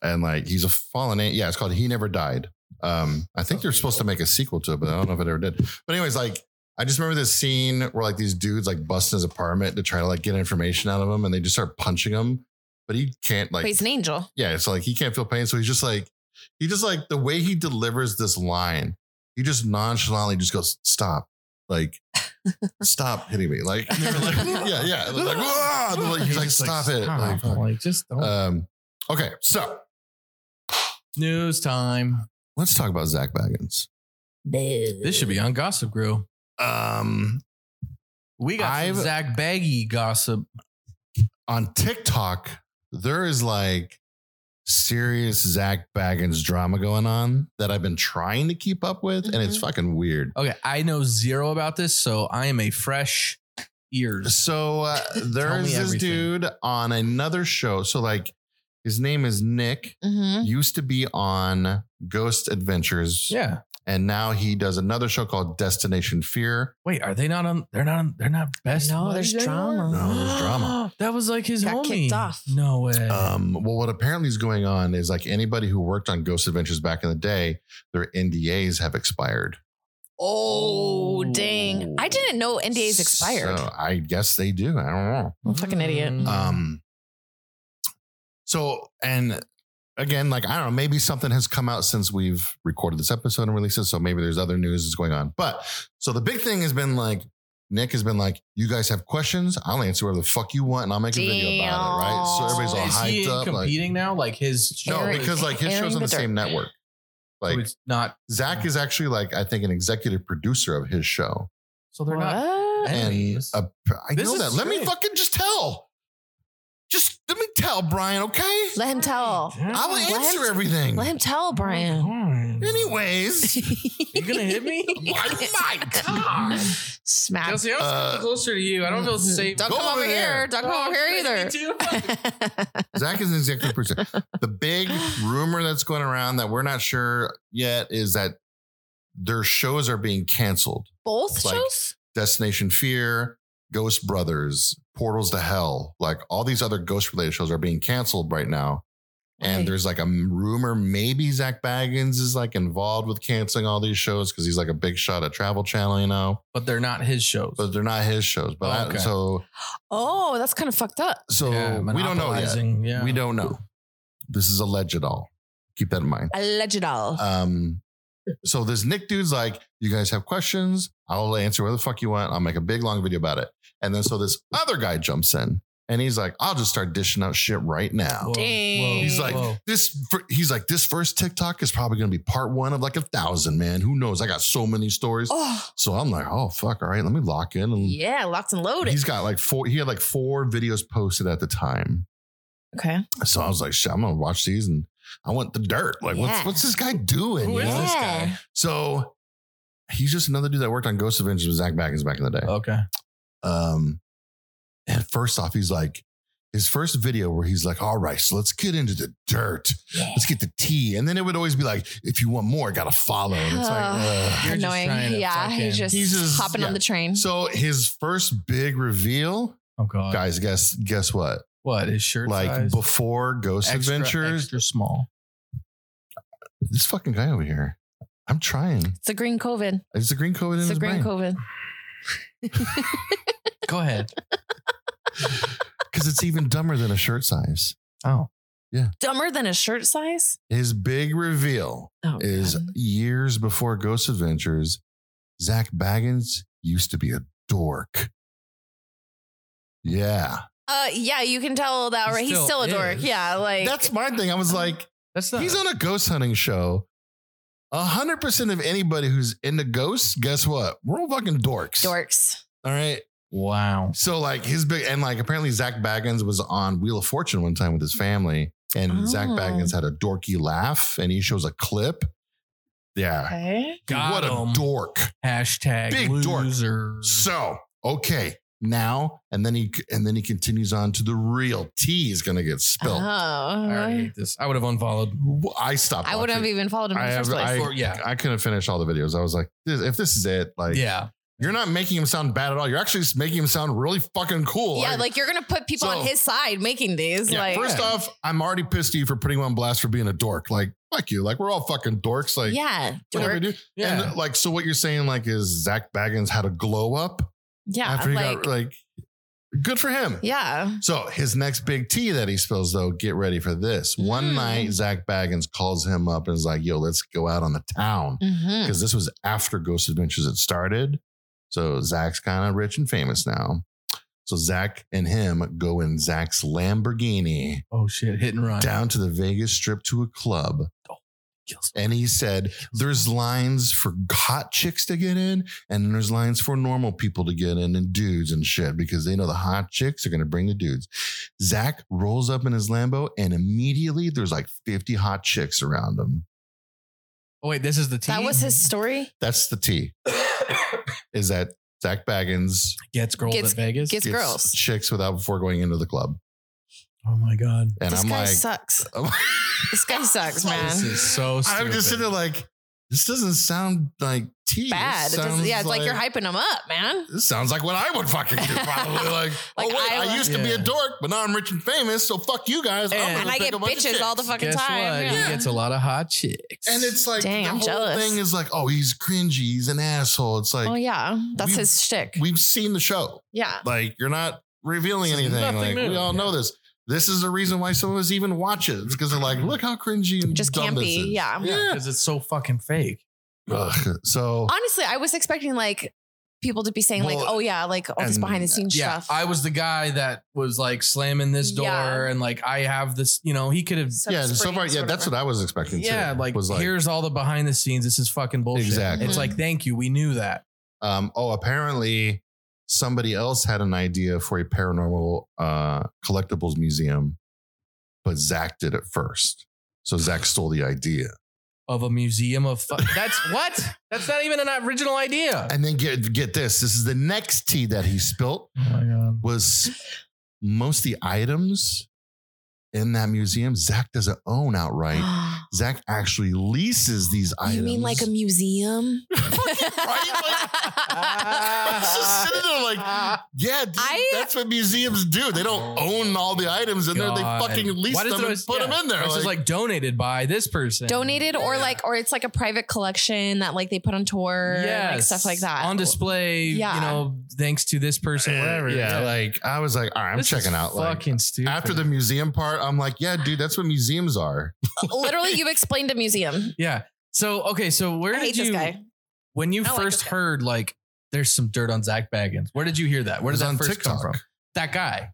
Speaker 1: and like he's a fallen. An- yeah, it's called "He Never Died." Um, I think they're supposed to make a sequel to it, but I don't know if it ever did. But anyways, like. I just remember this scene where like these dudes like bust in his apartment to try to like get information out of him and they just start punching him, but he can't like
Speaker 3: But he's an angel.
Speaker 1: yeah, so like he can't feel pain. So he's just like, he just like the way he delivers this line, he just nonchalantly just goes, stop. Like, stop hitting me. Like,
Speaker 2: They were like,
Speaker 1: yeah, yeah. Like, "Ah!" They're like- he's like, stop it. Like,
Speaker 2: Stop.
Speaker 1: fuck.
Speaker 2: Like, just don't.
Speaker 1: um, okay, so
Speaker 2: News time.
Speaker 1: let's talk about Zach Baggins.
Speaker 2: This should be on Gossip Grill.
Speaker 1: Um,
Speaker 2: We got
Speaker 1: I've-
Speaker 2: some Zach Baggy gossip.
Speaker 1: on TikTok, there is like serious Zach Baggins drama going on that I've been trying to keep up with, and it's
Speaker 3: Mhm.
Speaker 1: fucking weird.
Speaker 2: Okay, I know zero about this, so I am a fresh ears.
Speaker 1: So uh,
Speaker 2: Tell
Speaker 1: there's
Speaker 2: me
Speaker 1: this
Speaker 2: everything.
Speaker 1: dude on another show. So like his name is Nick.
Speaker 3: Mm-hmm.
Speaker 1: Used to be on Ghost Adventures,
Speaker 2: Mm. Yeah.
Speaker 1: and now he does another show called Destination Fear.
Speaker 2: Wait, are they not on? They're not. On, they're not best.
Speaker 3: No,
Speaker 2: buddies
Speaker 3: there's
Speaker 2: anymore?
Speaker 3: drama.
Speaker 1: No, there's drama.
Speaker 2: that was like his
Speaker 3: Got
Speaker 2: homie.
Speaker 3: kicked off.
Speaker 2: No way.
Speaker 1: Um, well, what apparently is going on is like anybody who worked on Ghost Adventures back in the day, their NDAs have expired.
Speaker 3: Oh, dang. I didn't know NDAs expired.
Speaker 1: So I guess they do. I don't know.
Speaker 3: I'm a fucking idiot.
Speaker 2: Mm.
Speaker 1: Um, so, and again, like, I don't know, maybe something has come out since we've recorded this episode and released it. So maybe there's other news that's going on. But so the big thing has been like, Nick has been like, you guys have questions? I'll answer whatever the fuck you want and I'll make a video about it. Right. So everybody's all
Speaker 2: is
Speaker 1: hyped
Speaker 2: he
Speaker 1: up.
Speaker 2: competing now? Like his
Speaker 1: Like, no,
Speaker 3: Airing-
Speaker 1: because like his
Speaker 3: airing
Speaker 1: show's on
Speaker 3: the
Speaker 1: the same
Speaker 3: dirt.
Speaker 1: network.
Speaker 2: so
Speaker 1: Like,
Speaker 2: it's not.
Speaker 1: Zach is actually like, I think, an executive producer of his show.
Speaker 2: So they're not.
Speaker 3: What?
Speaker 1: And
Speaker 2: enemies.
Speaker 1: uh, I
Speaker 2: This
Speaker 1: know
Speaker 2: is
Speaker 1: that. Let me
Speaker 2: strange.
Speaker 1: fucking just tell. Just let me tell, Brian, okay?
Speaker 3: Let him tell.
Speaker 1: I will
Speaker 3: Let
Speaker 1: answer
Speaker 3: him-
Speaker 1: everything.
Speaker 3: Let him
Speaker 2: Oh
Speaker 3: tell, Brian.
Speaker 2: Brian.
Speaker 1: Anyways,
Speaker 3: you
Speaker 2: gonna Oh hit me?
Speaker 1: my God.
Speaker 3: Smack.
Speaker 2: Kelsey, I was
Speaker 1: Uh,
Speaker 2: closer to you. I don't feel safe.
Speaker 3: Don't
Speaker 1: Go
Speaker 3: come
Speaker 1: over
Speaker 3: over
Speaker 1: there.
Speaker 3: here. Don't come
Speaker 2: Oh,
Speaker 3: over here
Speaker 2: shit, me
Speaker 3: either.
Speaker 2: too. Fuck.
Speaker 1: Zach is an executive producer. The big rumor that's going around that we're not sure yet is that their shows are being canceled.
Speaker 3: Both
Speaker 1: Like-
Speaker 3: shows?
Speaker 1: Destination Fear, Ghost Brothers, Portals to Hell, like all these other ghost related shows are being canceled right now And
Speaker 3: Right.
Speaker 1: there's like a m- rumor maybe Zach Baggins is like involved with canceling all these shows because he's like a big shot at Travel Channel, you know.
Speaker 2: but they're not his shows.
Speaker 1: But they're not his shows. But I-
Speaker 2: Okay.
Speaker 1: so
Speaker 3: Oh, that's kind of fucked up.
Speaker 1: so we don't know yet.
Speaker 2: monopolizing, Yeah.
Speaker 1: We don't know. This is alleged all. Keep that in mind.
Speaker 3: Alleged all.
Speaker 1: Um, so this Nick dude's like, you guys have questions? I'll answer whatever the fuck you want. I'll make a big long video about it. And then so this other guy jumps in and he's like, I'll just start dishing out shit right now.
Speaker 2: Whoa,
Speaker 3: Dang.
Speaker 1: He's like,
Speaker 2: whoa.
Speaker 1: This fir- he's like, this first TikTok is probably gonna be part one of like a thousand, man. Who knows? I got so many stories.
Speaker 3: oh,
Speaker 1: So I'm like, oh fuck, all right, let me lock in. And
Speaker 3: yeah, locked and loaded.
Speaker 1: um, he's got like four, he had like four videos posted at the time.
Speaker 3: okay.
Speaker 1: So I was like, shit, I'm gonna watch these and I want the dirt. Like,
Speaker 3: Yeah.
Speaker 1: what's what's this guy doing?
Speaker 2: Who
Speaker 1: you
Speaker 2: is
Speaker 1: know?
Speaker 2: this guy?
Speaker 3: Yeah.
Speaker 1: So he's just another dude that worked on Ghost Avengers with Zach Baggins back in the day.
Speaker 2: Okay.
Speaker 1: Um, and first off, he's like, his first video where he's like, all right, so let's get into the dirt. Let's get the tea. And then it would always be like, if you want more, gotta follow. And it's like,
Speaker 3: Ugh,
Speaker 1: ugh.
Speaker 2: You're just
Speaker 3: annoying.
Speaker 2: trying to
Speaker 3: yeah,
Speaker 2: fucking-
Speaker 3: he's just,
Speaker 1: He's just-
Speaker 3: hopping
Speaker 1: yeah.
Speaker 3: on the train.
Speaker 1: so his first big reveal,
Speaker 2: Oh god.
Speaker 1: guys, guess guess what?
Speaker 2: What is shirt
Speaker 1: like
Speaker 2: size?
Speaker 1: before Ghost
Speaker 2: extra,
Speaker 1: Adventures,
Speaker 2: extra small.
Speaker 1: this fucking guy over here. I'm trying.
Speaker 3: it's a green COVID.
Speaker 1: It's the green COVID in
Speaker 3: It's a
Speaker 1: his
Speaker 3: green
Speaker 1: brain.
Speaker 3: COVID.
Speaker 2: Go ahead.
Speaker 1: Because it's even dumber than a shirt size.
Speaker 2: Oh.
Speaker 3: Dumber than a shirt size.
Speaker 1: His big reveal
Speaker 3: Oh,
Speaker 1: is
Speaker 3: God.
Speaker 1: years before Ghost Adventures, Zach Baggins used to be a dork. Yeah.
Speaker 3: Uh, yeah, you can tell that
Speaker 2: He
Speaker 3: right. He's
Speaker 2: still
Speaker 3: still a dork.
Speaker 2: is.
Speaker 3: Yeah, like
Speaker 1: That's my thing. I was like,
Speaker 2: That's not
Speaker 1: he's on a ghost hunting show. A hundred percent of anybody who's into ghosts, guess what? We're all fucking dorks.
Speaker 3: dorks.
Speaker 1: All right.
Speaker 2: Wow.
Speaker 1: So like his big and like apparently Zach Baggins was on Wheel of Fortune one time with his family, and Zach
Speaker 3: Oh.
Speaker 1: Baggins had a dorky laugh, and he shows a clip. Yeah,
Speaker 3: Okay.
Speaker 2: Got
Speaker 1: what
Speaker 2: him.
Speaker 1: a dork.
Speaker 2: Hashtag
Speaker 1: Big dork.
Speaker 2: loser.
Speaker 1: So okay, now and then he and then he continues on to the real tea is going to get spilled.
Speaker 2: I already
Speaker 3: Oh,
Speaker 2: hate this. I would have unfollowed.
Speaker 1: I stopped.
Speaker 3: I wouldn't have
Speaker 1: watching.
Speaker 3: even followed him in
Speaker 1: I
Speaker 3: the first
Speaker 1: have-
Speaker 3: place.
Speaker 1: I-
Speaker 2: Or- yeah.
Speaker 1: I couldn't finish all the videos. I was like, this, if this is it, like,
Speaker 2: yeah.
Speaker 1: you're not making him sound bad at all. You're actually just making him sound really fucking cool.
Speaker 3: yeah, like you're gonna put people
Speaker 1: So-
Speaker 3: on his side making these.
Speaker 1: Yeah,
Speaker 3: like,
Speaker 1: first off, I'm already pissed at you for putting him on blast for being a dork. Like, fuck you. Like, we're all fucking dorks. Like,
Speaker 3: yeah,
Speaker 1: whatever you
Speaker 3: dork.
Speaker 1: do.
Speaker 2: Yeah.
Speaker 1: And like, so what you're saying, like, is Zach Baggins had a glow up
Speaker 3: Yeah,
Speaker 1: after he
Speaker 3: like,
Speaker 1: got like, good for him.
Speaker 3: yeah.
Speaker 1: So his next big tea that he spills, though, get ready for this. One
Speaker 3: Mm.
Speaker 1: night, Zach Baggins calls him up and is like, "Yo, let's go out on the town,"
Speaker 3: Mhm.
Speaker 1: because this was after Ghost Adventures had started. So Zach's kind of rich and famous now. So Zach and him go in Zach's Lamborghini
Speaker 2: oh shit. Hit and run.
Speaker 1: down to the Vegas Strip to a club.
Speaker 2: Kills.
Speaker 1: And he said, there's lines for hot chicks to get in, and there's lines for normal people to get in and dudes and shit because they know the hot chicks are going to bring the dudes. Zach rolls up in his Lambo, and immediately there's like 50 hot chicks around him.
Speaker 2: Oh wait, this is the team.
Speaker 3: That was his story.
Speaker 1: That's the T, is that Zach Baggins
Speaker 2: gets girls
Speaker 3: Gets-
Speaker 2: at Vegas.
Speaker 3: gets- It's girls.
Speaker 1: chicks without before going into the club.
Speaker 2: oh my god.
Speaker 1: And
Speaker 3: this
Speaker 1: I'm
Speaker 3: guy
Speaker 1: like, oh
Speaker 3: sucks. This guy sucks, man.
Speaker 2: This is so. Stupid.
Speaker 1: I'm just sitting there like, this doesn't sound like T. This
Speaker 3: Bad. It doesn't-
Speaker 1: sounds
Speaker 3: yeah, it's like, you're hyping him up, man.
Speaker 1: this sounds like what I would fucking do, probably. Like,
Speaker 3: Like,
Speaker 1: oh, wait,
Speaker 3: I
Speaker 1: I,
Speaker 3: would-
Speaker 1: used to be a
Speaker 2: Yeah.
Speaker 1: dork, but now I'm rich and famous, so fuck you guys. I'm
Speaker 2: And-
Speaker 1: gonna
Speaker 3: And I
Speaker 1: pick
Speaker 3: get
Speaker 1: a bunch of
Speaker 3: bitches all the
Speaker 1: chicks.
Speaker 3: fucking
Speaker 2: Guess
Speaker 3: time.
Speaker 2: what?
Speaker 3: yeah.
Speaker 2: He gets a lot of hot chicks.
Speaker 1: And it's like,
Speaker 3: Dang,
Speaker 1: the
Speaker 3: I'm
Speaker 1: whole
Speaker 3: jealous.
Speaker 1: thing is like, oh, he's cringy, he's an asshole. It's like,
Speaker 3: oh yeah, that's
Speaker 1: we-
Speaker 3: his shtick.
Speaker 1: we've seen the show.
Speaker 3: yeah,
Speaker 1: Like, you're not revealing
Speaker 2: This is
Speaker 1: anything.
Speaker 2: nothing
Speaker 1: Like,
Speaker 2: new.
Speaker 1: we all know this. This is the reason why some of us even watch it. It's because they're like, look how cringy and
Speaker 3: Just
Speaker 1: dumb this
Speaker 3: campy,
Speaker 1: is.
Speaker 3: yeah.
Speaker 1: Yeah.
Speaker 2: because it's so fucking fake.
Speaker 1: Ugh. So,
Speaker 3: honestly, I was expecting like people to be saying like,
Speaker 1: Well,
Speaker 3: oh yeah, like all this
Speaker 1: and-
Speaker 3: behind the scenes stuff.
Speaker 2: I was the guy that was like slamming this door,
Speaker 3: Yeah.
Speaker 2: and like I have this. You know, he could have.
Speaker 1: yeah, so far, yeah, that's what I was expecting. too,
Speaker 2: Yeah, like,
Speaker 1: was like,
Speaker 2: here's all the behind the scenes. This is fucking bullshit.
Speaker 1: Exactly.
Speaker 2: It's
Speaker 3: Mm-hmm.
Speaker 2: like, thank you. We knew that.
Speaker 1: Um, oh, apparently somebody else had an idea for a paranormal uh, collectibles museum, but Zach did it first. So Zach stole the idea,
Speaker 2: Of a museum of fu- that's what? That's not even an original idea.
Speaker 1: and then get get this. This is the next tea that he spilt
Speaker 2: Oh my god.
Speaker 1: was most of the items in that museum Zach doesn't own outright. Zach actually leases these items.
Speaker 3: You mean like a museum?
Speaker 1: I was just sitting there like, yeah, dude,
Speaker 3: I-
Speaker 1: that's what museums do. They don't own all the items in there.
Speaker 2: God.
Speaker 1: They fucking lease
Speaker 2: Why does
Speaker 1: them and
Speaker 2: it always-
Speaker 1: put
Speaker 2: yeah.
Speaker 1: them in there.
Speaker 2: This
Speaker 1: Like,
Speaker 2: is like donated by this person.
Speaker 3: donated or
Speaker 1: Yeah.
Speaker 3: like or it's like a private collection that like they put on tour yeah like
Speaker 2: Yes.
Speaker 3: stuff like that
Speaker 2: On display,
Speaker 3: Yeah.
Speaker 2: you know, thanks to this person,
Speaker 1: eh,
Speaker 2: whatever.
Speaker 1: Yeah, like I was like, all right, I'm
Speaker 2: This is
Speaker 1: checking out. Like
Speaker 2: Fucking stupid.
Speaker 1: after the museum part, I'm like, yeah, dude, that's what museums are.
Speaker 3: literally you explained a museum
Speaker 2: Yeah. So okay, so where
Speaker 3: i
Speaker 2: did
Speaker 3: hate
Speaker 2: you
Speaker 3: this guy
Speaker 2: when you
Speaker 3: I don't like
Speaker 2: first
Speaker 3: this guy.
Speaker 2: heard like there's some dirt on Zach Baggins? Where did you hear that? Where
Speaker 1: It
Speaker 2: does
Speaker 1: was
Speaker 2: that
Speaker 1: on
Speaker 2: first come
Speaker 1: TikTok.
Speaker 2: from? That guy.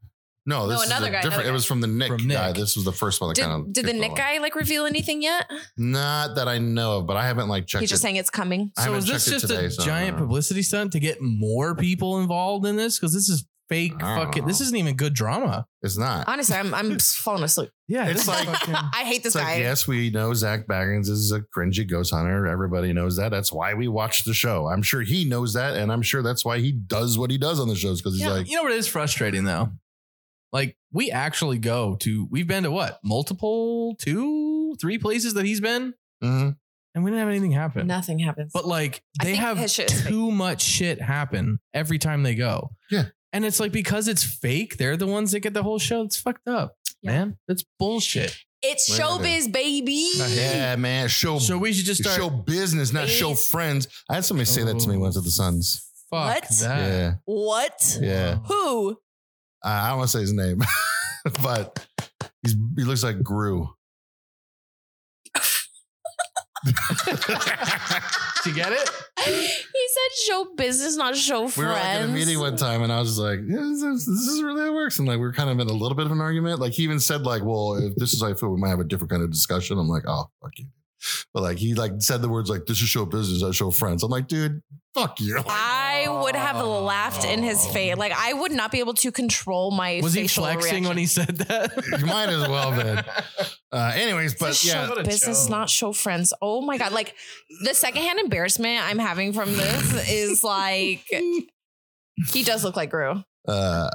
Speaker 1: No, this is
Speaker 3: another
Speaker 1: a
Speaker 3: guy,
Speaker 1: different.
Speaker 3: another
Speaker 1: It was from the Nick,
Speaker 2: From Nick.
Speaker 1: guy. This was the first one that
Speaker 3: did,
Speaker 1: kind of
Speaker 3: did the nick guy like reveal anything yet
Speaker 1: Not that I know of, but I haven't like checked.
Speaker 3: he's just
Speaker 1: it.
Speaker 3: saying it's coming
Speaker 1: I
Speaker 2: So
Speaker 1: haven't
Speaker 2: is this
Speaker 1: checked it
Speaker 2: just
Speaker 1: today,
Speaker 2: a
Speaker 1: so I
Speaker 2: giant
Speaker 1: don't know.
Speaker 2: publicity stunt to get more people involved in this? Because this is fake
Speaker 1: I don't
Speaker 2: fucking
Speaker 1: know.
Speaker 2: this isn't even good drama.
Speaker 1: It's not.
Speaker 3: honestly i'm, I'm falling asleep
Speaker 2: Yeah.
Speaker 1: It's
Speaker 2: this is
Speaker 1: like-
Speaker 2: fucking-
Speaker 3: i hate
Speaker 1: It's
Speaker 3: this
Speaker 1: like,
Speaker 3: guy
Speaker 1: yes, we know Zach Baggins is a cringy ghost hunter. Everybody knows that. That's why we watch the show. I'm sure he knows that, and I'm sure that's why he does what he does on the shows because he's
Speaker 3: Yeah.
Speaker 1: like,
Speaker 2: you know what is frustrating though? Like we actually go to we've been to what? Multiple two, three places that he's been,
Speaker 1: mhm.
Speaker 2: and we didn't have anything happen.
Speaker 3: nothing happens
Speaker 2: But like
Speaker 3: I
Speaker 2: they
Speaker 3: think
Speaker 2: have
Speaker 3: his shit is
Speaker 2: too much shit happen every time they go.
Speaker 1: Yeah.
Speaker 2: And it's like because it's fake, they're the ones that get the whole show. It's fucked up,
Speaker 3: Yeah.
Speaker 2: man. That's bullshit.
Speaker 3: it's
Speaker 1: Wait a minute.
Speaker 3: showbiz baby
Speaker 1: yeah, man, show
Speaker 2: So we should just start.
Speaker 1: show business, not show
Speaker 3: Please.
Speaker 1: friends. I had somebody say that to me once at the Suns.
Speaker 2: Fuck
Speaker 3: What?
Speaker 2: that.
Speaker 1: Yeah,
Speaker 3: what
Speaker 1: yeah.
Speaker 3: who
Speaker 1: I I don't want to say his name, but he's, he looks like Gru.
Speaker 2: Did you get it?
Speaker 3: he said show business not show friends
Speaker 1: we were like in a meeting one time and I was like, yeah, this, is, this is really how it works. And like, we were kind of in a little bit of an argument. Like he even said like, well, if this is how I feel, we might have a different kind of discussion. I'm like, oh, fuck you. But like, he like said the words like, this is show business. I show friends. I'm like, dude, fuck you.
Speaker 3: I would have laughed in his face. Like I would not be able to control my.
Speaker 2: Was he
Speaker 3: facial
Speaker 2: flexing
Speaker 3: reaction. Hmm.
Speaker 2: when he said that?
Speaker 1: You might as well, man. Uh, anyways,
Speaker 3: It's
Speaker 1: but
Speaker 3: a
Speaker 1: yeah,
Speaker 3: show business, not show friends. Oh my god! Like the secondhand embarrassment I'm having from this is like he does look like Gru.
Speaker 1: Uh,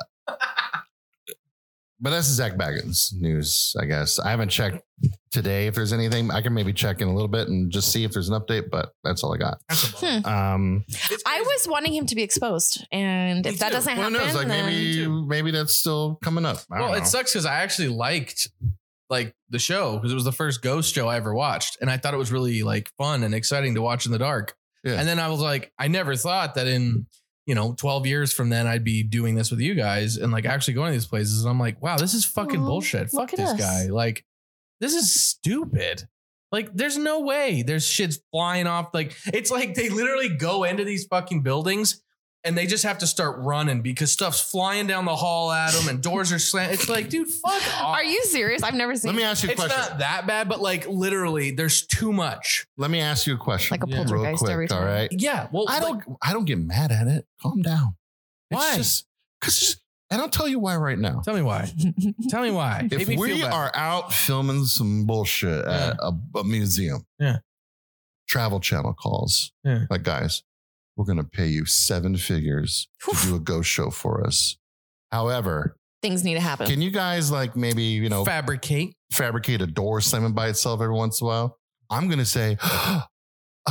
Speaker 1: but that's Zach Baggins news, I guess. I haven't checked today if there's anything. I can maybe check in a little bit and just see if there's an update, but that's all I got.
Speaker 3: Hmm.
Speaker 1: Um,
Speaker 3: I was wanting him to be exposed, and
Speaker 2: Me
Speaker 3: if that
Speaker 2: too.
Speaker 3: doesn't
Speaker 1: who
Speaker 3: happen,
Speaker 1: knows? Like
Speaker 3: then
Speaker 1: maybe
Speaker 2: too.
Speaker 1: maybe that's still coming up. I don't
Speaker 2: Well,
Speaker 1: know.
Speaker 2: it sucks because I actually liked like the show because it was the first ghost show I ever watched, and I thought it was really like fun and exciting to watch in the dark.
Speaker 1: Yeah.
Speaker 2: And then I was like, I never thought that in you know 12 years from then I'd be doing this with you guys and like actually going to these places. And I'm like, wow, this is fucking
Speaker 3: Aw,
Speaker 2: bullshit.
Speaker 3: look
Speaker 2: Fuck
Speaker 3: at
Speaker 2: this
Speaker 3: us.
Speaker 2: guy. Like, this is stupid. Like, there's no way. There's shit's flying off. Like, it's like they literally go into these fucking buildings and they just have to start running because stuff's flying down the hall at them and doors are slammed. It's like, dude, fuck off.
Speaker 3: are you serious? I've never seen
Speaker 1: Let me ask you a
Speaker 2: It's
Speaker 1: question.
Speaker 2: not that bad, but like literally, there's too much.
Speaker 1: Let me ask you a question.
Speaker 3: like a
Speaker 2: Yeah. Real
Speaker 1: real
Speaker 3: poltergeist every
Speaker 1: quick,
Speaker 3: time.
Speaker 1: all right.
Speaker 2: Yeah. Well,
Speaker 1: I
Speaker 2: like,
Speaker 1: don't I don't get mad at it. Calm down.
Speaker 2: Why?
Speaker 1: Because and I'll tell you why right now.
Speaker 2: tell me why. Tell me why.
Speaker 1: if
Speaker 2: Make me feel
Speaker 1: we
Speaker 2: bad.
Speaker 1: are out filming some bullshit at a, a museum,
Speaker 2: Yeah.
Speaker 1: Travel Channel calls,
Speaker 2: Yeah.
Speaker 1: like guys, we're gonna pay you seven figures to
Speaker 3: Whew.
Speaker 1: do a ghost show for us. However,
Speaker 3: Things need to happen.
Speaker 1: can you guys like maybe you know
Speaker 2: fabricate.
Speaker 1: fabricate a door slamming by itself every once in a while? I'm gonna say, oh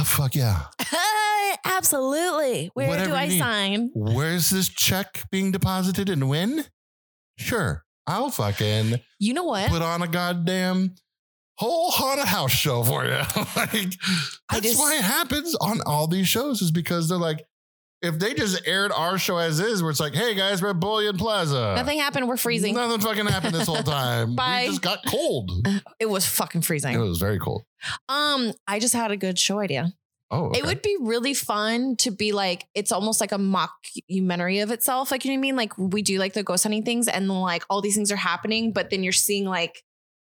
Speaker 1: fuck yeah.
Speaker 3: Absolutely. Where
Speaker 1: Whatever
Speaker 3: do
Speaker 1: you
Speaker 3: I
Speaker 1: need.
Speaker 3: sign?
Speaker 1: Where's this check being deposited and when? Sure, I'll fucking
Speaker 3: You know what?
Speaker 1: put on a goddamn whole haunted house show for you. like
Speaker 3: I
Speaker 1: that's
Speaker 3: just-
Speaker 1: why it happens on all these shows is because they're like, if they just aired our show as is, where it's like, hey guys, we're at Bullion Plaza.
Speaker 3: Nothing happened. We're freezing.
Speaker 1: Nothing fucking happened this whole time.
Speaker 3: Bye.
Speaker 1: We just got cold.
Speaker 3: It was fucking
Speaker 1: It
Speaker 3: freezing.
Speaker 1: was very cold.
Speaker 3: Um, I just had a good show idea.
Speaker 1: Oh, okay.
Speaker 3: It would be really fun to be like, it's almost like a mockumentary of itself. Like, you know what I mean? Like, we do like the ghost hunting things and like all these things are happening, but then you're seeing like,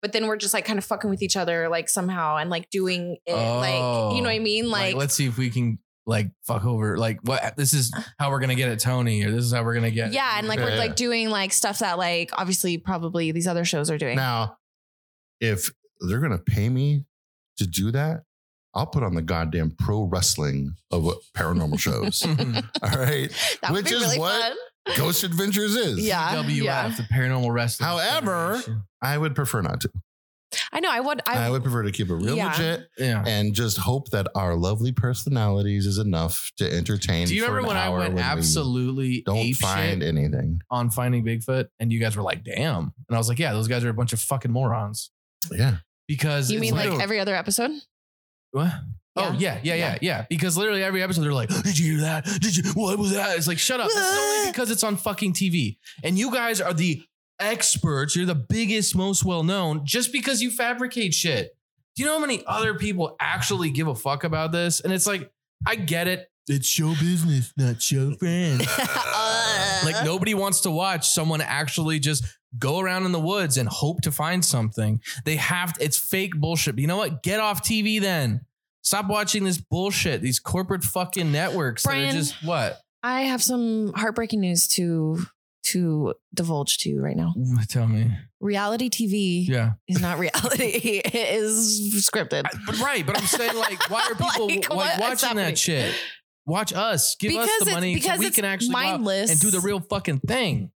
Speaker 3: but then we're just like kind of fucking with each other, like somehow and like doing it.
Speaker 2: Oh.
Speaker 3: like, you know what I mean?
Speaker 2: Like,
Speaker 3: Like,
Speaker 2: let's see if we can like fuck over. Like, what? This is how we're gonna get at Tony, or this is how we're gonna get.
Speaker 3: yeah. And like,
Speaker 1: Yeah,
Speaker 3: we're
Speaker 1: yeah.
Speaker 3: like doing like stuff that like obviously probably these other shows are doing.
Speaker 1: now, if they're gonna pay me to do that, I'll put on the goddamn pro wrestling of what paranormal shows. all right.
Speaker 3: that would
Speaker 1: which
Speaker 3: be
Speaker 1: is
Speaker 3: really
Speaker 1: what-
Speaker 3: fun.
Speaker 1: Ghost Adventures is.
Speaker 3: Yeah.
Speaker 2: WF,
Speaker 3: yeah.
Speaker 2: the Paranormal Wrestling.
Speaker 1: However-
Speaker 2: Federation.
Speaker 1: I would prefer not to.
Speaker 3: I know. I would. I,
Speaker 1: I would prefer to keep it real
Speaker 3: Yeah.
Speaker 1: legit
Speaker 2: Yeah.
Speaker 1: and just hope that our lovely personalities is enough to entertain.
Speaker 2: Do you
Speaker 1: for
Speaker 2: remember
Speaker 1: an
Speaker 2: when I
Speaker 1: hour
Speaker 2: went
Speaker 1: when we
Speaker 2: absolutely
Speaker 1: Don't
Speaker 2: ape
Speaker 1: find
Speaker 2: shit
Speaker 1: anything.
Speaker 2: on finding Bigfoot, and you guys were like, "Damn!" And I was like, "Yeah, those guys are a bunch of fucking morons."
Speaker 1: Yeah.
Speaker 2: Because
Speaker 3: you
Speaker 2: it's
Speaker 3: mean like
Speaker 2: literally-
Speaker 3: every other episode?
Speaker 2: What? Oh yeah,
Speaker 3: Yeah.
Speaker 2: yeah, yeah, yeah,
Speaker 3: Yeah.
Speaker 2: Because literally every episode they're like, "Did you hear that? Did you? What was that?" It's like, shut up. It's only because it's on fucking TV, and you guys are the experts. You're the biggest, most well known. Just because you fabricate shit. Do you know how many other people actually give a fuck about this? And it's like, I get it. It's show business, not show friends.
Speaker 3: Uh-huh.
Speaker 2: like nobody wants to watch someone actually just go around in the woods and hope to find something. They have it's fake bullshit. But you know what? Get off TV then. Stop watching this bullshit. These corporate fucking networks that
Speaker 3: Brian.
Speaker 2: are just what?
Speaker 3: I have some heartbreaking news to to divulge to you right now.
Speaker 2: Mm, Tell me.
Speaker 3: Reality TV
Speaker 2: Yeah.
Speaker 3: is not reality; it is scripted.
Speaker 2: I- but right, but I'm saying like why are people like,
Speaker 3: Like, what is
Speaker 2: watching
Speaker 3: happening?
Speaker 2: that shit? Watch us. Give us the money so we can actually go out
Speaker 3: mindless
Speaker 2: and do the real fucking thing.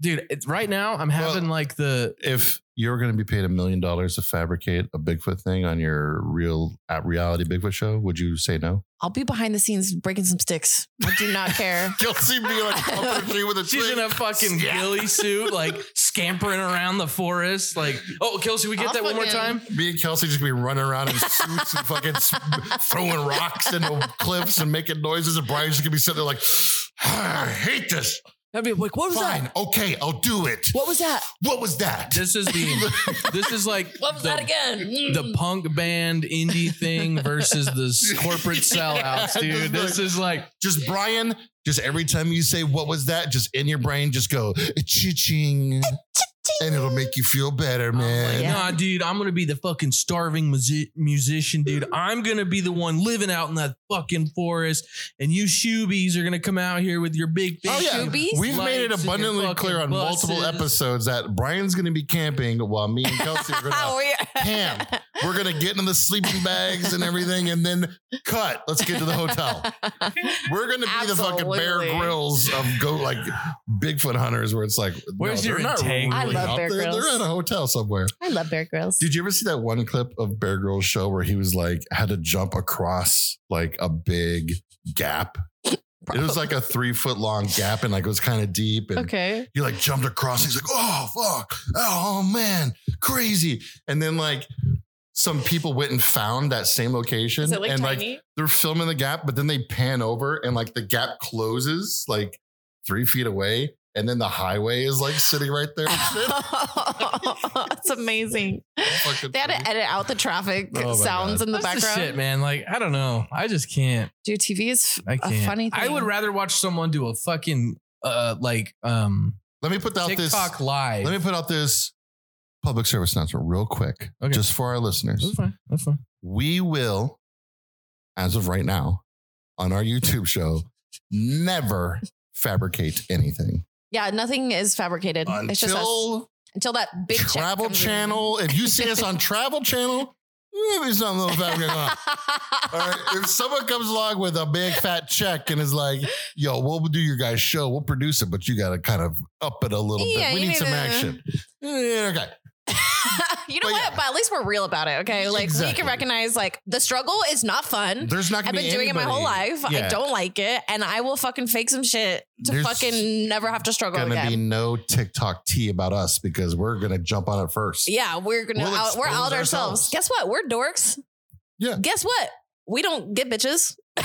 Speaker 2: Dude, it's, right now I'm having like the
Speaker 1: If you're going to be paid a million dollars to fabricate a Bigfoot thing on your real at reality Bigfoot show, would you say no?
Speaker 3: I'll be behind the scenes breaking some sticks. I do not care.
Speaker 1: Kelsey be like up her tree with a
Speaker 2: She's in a fucking
Speaker 1: Yeah.
Speaker 2: ghillie suit, like scampering around the forest. Like, oh, Kelsey, we get
Speaker 3: I'll
Speaker 2: that one more
Speaker 3: fucking-
Speaker 2: time.
Speaker 1: Me and Kelsey just gonna be running around in suits and fucking s- throwing rocks into cliffs and making noises. And Brian's just gonna be sitting there like, "Ah, I hate this.
Speaker 2: I'd be like, what was
Speaker 1: Fine,
Speaker 2: that?
Speaker 1: okay, I'll do it.
Speaker 3: What was that?
Speaker 1: What was that?
Speaker 2: This is the, this is like
Speaker 3: What was
Speaker 2: the,
Speaker 3: that again?
Speaker 2: the punk band indie thing versus the s- corporate sellouts,
Speaker 1: Yeah, just
Speaker 2: dude. This
Speaker 1: like-
Speaker 2: is like,
Speaker 1: Just Brian. Just every time you say what was that, just in your brain, just go ching, and it'll make you feel better,
Speaker 2: Oh
Speaker 1: man.
Speaker 3: Yeah.
Speaker 2: nah, dude, I'm gonna be the fucking starving musi- musician, dude. I'm gonna be the one living out in that fucking forest, and you shoebies are gonna come out here with your big, big
Speaker 1: Oh, yeah.
Speaker 2: shoe-
Speaker 3: Shoobies?
Speaker 1: We've made it
Speaker 2: Lights in your
Speaker 1: abundantly
Speaker 2: fucking
Speaker 1: clear on multiple
Speaker 2: buses.
Speaker 1: episodes that Brian's going to be camping while me and Kelsey are going
Speaker 3: Oh,
Speaker 1: to Pam. We're gonna get into the sleeping bags and everything, and then cut. Let's get to the hotel. We're gonna be the fucking Bear
Speaker 3: Absolutely.
Speaker 1: Grills of go like Bigfoot hunters, where it's like,
Speaker 2: Where's your
Speaker 1: they're
Speaker 2: tank?
Speaker 3: I love
Speaker 1: out
Speaker 3: Bear
Speaker 1: there. They're at
Speaker 3: Grylls.
Speaker 1: a hotel somewhere.
Speaker 3: I love Bear Grylls.
Speaker 1: Did you ever see that one clip of Bear Grylls show where he was like had to jump across like a big gap? It was like a three foot long gap, and like it was kind of deep, and
Speaker 3: okay.
Speaker 1: he like jumped across. He's like, oh fuck, oh man, crazy. And then like some people went and found that same location,
Speaker 3: Is it like
Speaker 1: and like
Speaker 3: tiny?
Speaker 1: they're filming the gap, but then they pan over and like the gap closes like three feet away, and then the highway is like sitting right there. And shit.
Speaker 3: it's amazing.
Speaker 1: Fucking
Speaker 3: They had to
Speaker 1: crazy.
Speaker 3: edit out the traffic
Speaker 1: Oh my
Speaker 3: sounds
Speaker 1: God.
Speaker 3: in the
Speaker 2: That's
Speaker 3: background.
Speaker 2: shit, man. Like, I don't know. I just can't.
Speaker 3: Dude, TV is
Speaker 2: I
Speaker 3: a
Speaker 2: can't.
Speaker 3: funny thing.
Speaker 2: I would rather watch someone do a fucking uh like um
Speaker 1: Let me put out this.
Speaker 2: TikTok live.
Speaker 1: Let me put out this public service announcement real quick,
Speaker 2: Okay.
Speaker 1: just for our listeners.
Speaker 2: That's fine. That's fine.
Speaker 1: we will, as of right now, on our YouTube show, never fabricate anything
Speaker 3: Yeah, nothing is fabricated. it's just us.
Speaker 1: until
Speaker 3: until that big check
Speaker 1: Travel
Speaker 3: comes in.
Speaker 1: Channel. If you see us on Travel Channel, maybe something will fabricate. going on. All right. If someone comes along with a big fat check and is like, yo, we'll do your guys' show, we'll produce it, but you got to kind of up it a little
Speaker 3: Yeah,
Speaker 1: bit. We
Speaker 3: you
Speaker 1: need,
Speaker 3: need
Speaker 1: some
Speaker 3: to-
Speaker 1: action. Yeah, okay.
Speaker 3: you know
Speaker 1: But
Speaker 3: what?
Speaker 1: yeah.
Speaker 3: But at least we're real about it. Okay. Like we
Speaker 1: Exactly.
Speaker 3: can recognize like the struggle is not fun.
Speaker 1: There's not
Speaker 3: I've
Speaker 1: going to
Speaker 3: been
Speaker 1: be
Speaker 3: doing it my whole
Speaker 1: anybody-
Speaker 3: life. I
Speaker 1: Yeah.
Speaker 3: don't like it. And I will fucking fake some shit to
Speaker 1: There's
Speaker 3: fucking never have to struggle
Speaker 1: Gonna be
Speaker 3: again.
Speaker 1: no TikTok tea about us because we're gonna jump on it first.
Speaker 3: yeah, we're gonna
Speaker 1: We'll
Speaker 3: out,
Speaker 1: expose
Speaker 3: we're out ourselves.
Speaker 1: ourselves.
Speaker 3: Guess what? We're dorks.
Speaker 1: Yeah.
Speaker 3: Guess what? We don't get bitches.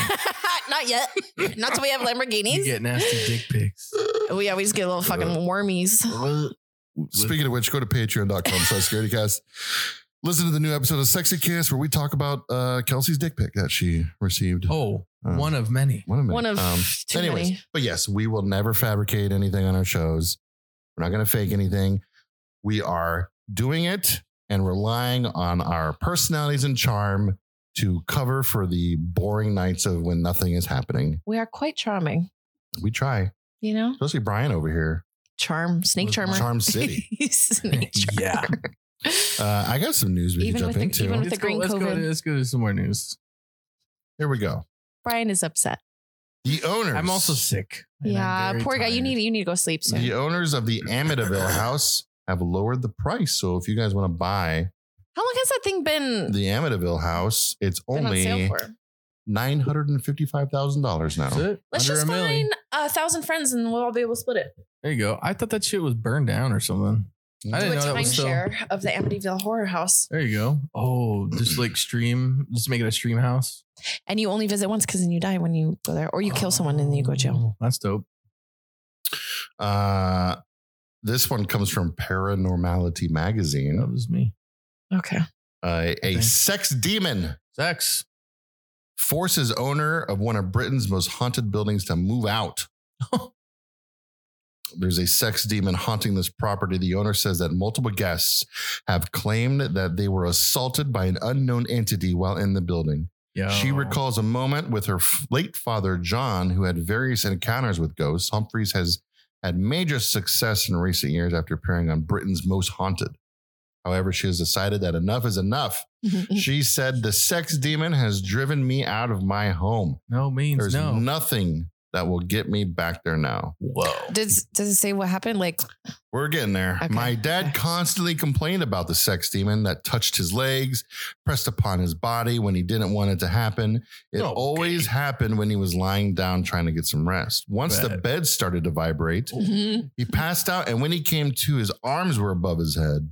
Speaker 3: not yet. Not till we have
Speaker 2: You
Speaker 3: Lamborghinis.
Speaker 2: get nasty dick pics.
Speaker 3: Oh yeah, we just get little fucking wormies.
Speaker 1: Speaking of which, go to patreon.com slash scaredycast. Listen to the new episode of Sexy Kiss where we talk about uh, Kelsey's dick pic that she received.
Speaker 2: Oh,
Speaker 1: Uh,
Speaker 2: one of many.
Speaker 1: one of many.
Speaker 3: One of
Speaker 1: Um,
Speaker 3: too
Speaker 1: anyways,
Speaker 3: many.
Speaker 1: but yes, we will never fabricate anything on our shows. We're not going to fake anything. We are doing it and relying on our personalities and charm to cover for the boring nights of when nothing is happening.
Speaker 3: We are quite charming,
Speaker 1: We try,
Speaker 3: you know?
Speaker 1: especially Brian over here,
Speaker 3: Charm, snake
Speaker 2: With
Speaker 3: charmer.
Speaker 1: Charm City.
Speaker 3: snake charmer.
Speaker 2: Yeah.
Speaker 1: Uh, I got some news we
Speaker 3: Even
Speaker 1: can jump
Speaker 3: with the-
Speaker 1: into.
Speaker 3: even with-
Speaker 2: Let's
Speaker 3: the
Speaker 2: go,
Speaker 3: green
Speaker 2: let's, go,
Speaker 3: COVID.
Speaker 2: let's go to some more news.
Speaker 1: Here we go.
Speaker 3: Brian is upset.
Speaker 1: The owners.
Speaker 2: I'm also sick. and I'm
Speaker 3: yeah,
Speaker 2: very
Speaker 3: poor guy. You
Speaker 2: tired.
Speaker 3: need you need to go sleep soon.
Speaker 1: The owners of the Amityville house have lowered the price. So if you guys want to buy
Speaker 3: How long has that thing been,
Speaker 1: the Amityville house, it's
Speaker 3: been on
Speaker 1: only
Speaker 3: sale for?
Speaker 1: nine hundred and fifty-five thousand dollars
Speaker 2: That's
Speaker 1: now.
Speaker 2: it.
Speaker 3: Let's
Speaker 2: Under
Speaker 3: just
Speaker 2: a million.
Speaker 3: find a thousand friends and we'll all be able to split it.
Speaker 2: There you go. I thought that shit was burned down or something. I
Speaker 3: Do
Speaker 2: didn't
Speaker 3: a
Speaker 2: know that was still.
Speaker 3: timeshare of the Amityville Horror House,
Speaker 2: There you go. Oh, just like stream, just make it a stream house.
Speaker 3: and you only visit once because then you die when you go there, or you kill someone and then you go to jail.
Speaker 2: Oh, That's dope.
Speaker 1: Uh, this one comes from Paranormality
Speaker 2: That
Speaker 1: magazine.
Speaker 2: was me.
Speaker 3: Okay.
Speaker 2: Oh,
Speaker 1: Uh, a
Speaker 2: Okay.
Speaker 1: sex demon
Speaker 2: Sex.
Speaker 1: forces owner of one of Britain's most haunted buildings to move out. There's a sex demon haunting this property. The owner says that multiple guests have claimed that they were assaulted by an unknown entity while in the building.
Speaker 2: Yeah.
Speaker 1: She recalls a moment with her f- late father, John, who had various encounters with ghosts. Humphreys has had major success in recent years after appearing on Britain's Most Haunted. However, she has decided that enough is enough
Speaker 3: Mm.
Speaker 1: she said, The sex demon has driven me out of my home.
Speaker 2: No means
Speaker 1: There's
Speaker 2: no.
Speaker 1: nothing that will get me back there now.
Speaker 2: Whoa.
Speaker 3: Does does it say what happened? Like,
Speaker 1: We're getting there.
Speaker 3: Okay.
Speaker 1: My dad
Speaker 3: Okay.
Speaker 1: constantly complained about the sex demon that touched his legs, pressed upon his body when he didn't want it to happen. It
Speaker 2: Okay.
Speaker 1: always happened when he was lying down trying to get some rest. Once the
Speaker 2: Right.
Speaker 1: bed started to vibrate,
Speaker 2: Oh.
Speaker 3: Mm-hmm.
Speaker 1: he passed out, and when he came to, his arms were above his head.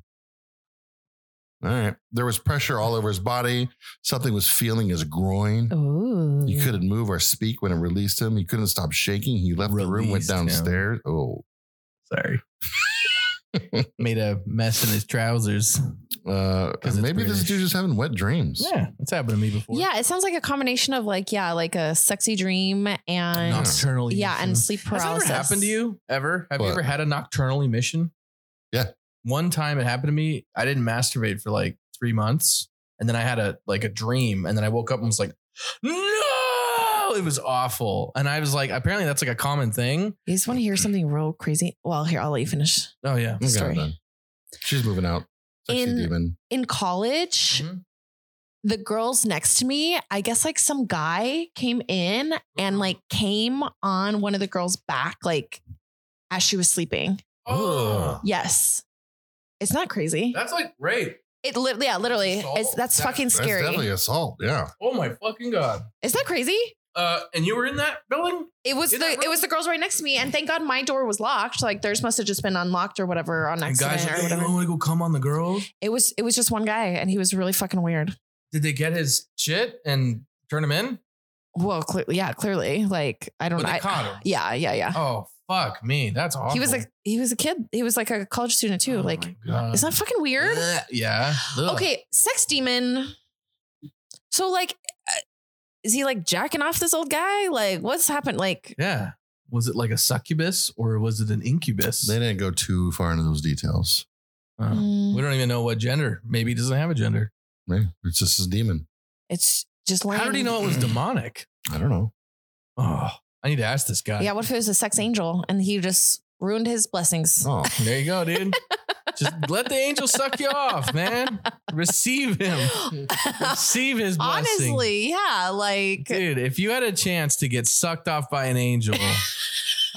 Speaker 1: All right. There was pressure all over his body. Something was feeling his groin.
Speaker 3: ooh,
Speaker 1: He couldn't move or speak when it released him. He couldn't stop shaking. He left the room, went
Speaker 2: Released him.
Speaker 1: downstairs. Oh,
Speaker 2: Sorry. Made a mess in his trousers.
Speaker 1: uh,
Speaker 2: 'Cause it's
Speaker 1: maybe this
Speaker 2: British.
Speaker 1: dude's just having wet dreams.
Speaker 2: Yeah, it's happened to me before.
Speaker 3: Yeah, it sounds like a combination of like yeah, like a sexy dream and
Speaker 2: Nocturnal.
Speaker 3: yeah, and
Speaker 2: emissions.
Speaker 3: sleep
Speaker 2: Has that
Speaker 3: paralysis.
Speaker 2: ever happened to you ever? Have
Speaker 1: What?
Speaker 2: you ever had a nocturnal emission?
Speaker 1: Yeah.
Speaker 2: One time it happened to me. I didn't masturbate for like three months, and then I had a like a dream, and then I woke up and was like, "No!" It was awful, and I was like, apparently that's like a common thing.
Speaker 3: You just want to hear something real crazy? Well, here I'll let you finish.
Speaker 2: Oh yeah.
Speaker 1: Okay, I'm
Speaker 3: Sorry.
Speaker 1: done. She's moving out. Sexy
Speaker 3: In-
Speaker 1: demon.
Speaker 3: In college,
Speaker 2: Mm-hmm.
Speaker 3: the girls next to me, I guess like some guy came in and like came on one of the girls' back, like as she was sleeping.
Speaker 2: Oh,
Speaker 3: Yes. It's not crazy.
Speaker 2: that's like rape.
Speaker 3: it li- yeah, literally.
Speaker 2: Assault?
Speaker 3: It's that's
Speaker 2: That-
Speaker 3: fucking
Speaker 1: That's
Speaker 3: scary.
Speaker 1: definitely assault. Yeah.
Speaker 2: Oh my fucking god.
Speaker 3: Is that crazy?
Speaker 2: Uh, and you were in that building?
Speaker 3: It was
Speaker 2: You're
Speaker 3: the
Speaker 2: not
Speaker 3: it was the girls right next to me, and thank God my door was locked. Like theirs must have just been unlocked or whatever on
Speaker 2: And
Speaker 3: accident
Speaker 2: guys, like,
Speaker 3: or
Speaker 2: hey,
Speaker 3: whatever.
Speaker 2: you want to go come on the girls?
Speaker 3: It was it was just one guy, and he was really fucking weird.
Speaker 2: Did they get his shit and turn him in?
Speaker 3: Well, cle- yeah, clearly, like I don't
Speaker 2: But
Speaker 3: know.
Speaker 2: they
Speaker 3: I-
Speaker 2: caught him.
Speaker 3: Yeah, yeah, yeah.
Speaker 2: Oh fuck me, that's awful.
Speaker 3: He was like he was a kid. He was like a college student too.
Speaker 2: Oh
Speaker 3: like,
Speaker 2: my God.
Speaker 3: is that fucking weird?
Speaker 2: Ugh, Yeah. Ugh.
Speaker 3: Okay, sex demon. So like, uh, is he like jacking off this old guy? Like, what's happened? Like,
Speaker 2: Yeah. Was it like a succubus or was it an incubus?
Speaker 1: They didn't go too far into those details.
Speaker 2: Oh.
Speaker 3: mm,
Speaker 2: We don't even know what gender. Maybe it doesn't have a gender.
Speaker 1: Right? It's just a demon.
Speaker 3: it's just lying.
Speaker 2: How did he know it was demonic?
Speaker 1: I don't know.
Speaker 2: Oh, I need to ask this guy.
Speaker 3: Yeah, what if it was a sex angel and he just ruined his blessings?
Speaker 1: Oh,
Speaker 2: There you go, dude. Just let the angel suck you off, man. Receive him. Receive Oh. his blessing.
Speaker 3: Honestly, yeah, like
Speaker 2: Dude, if you had a chance to get sucked off by an angel,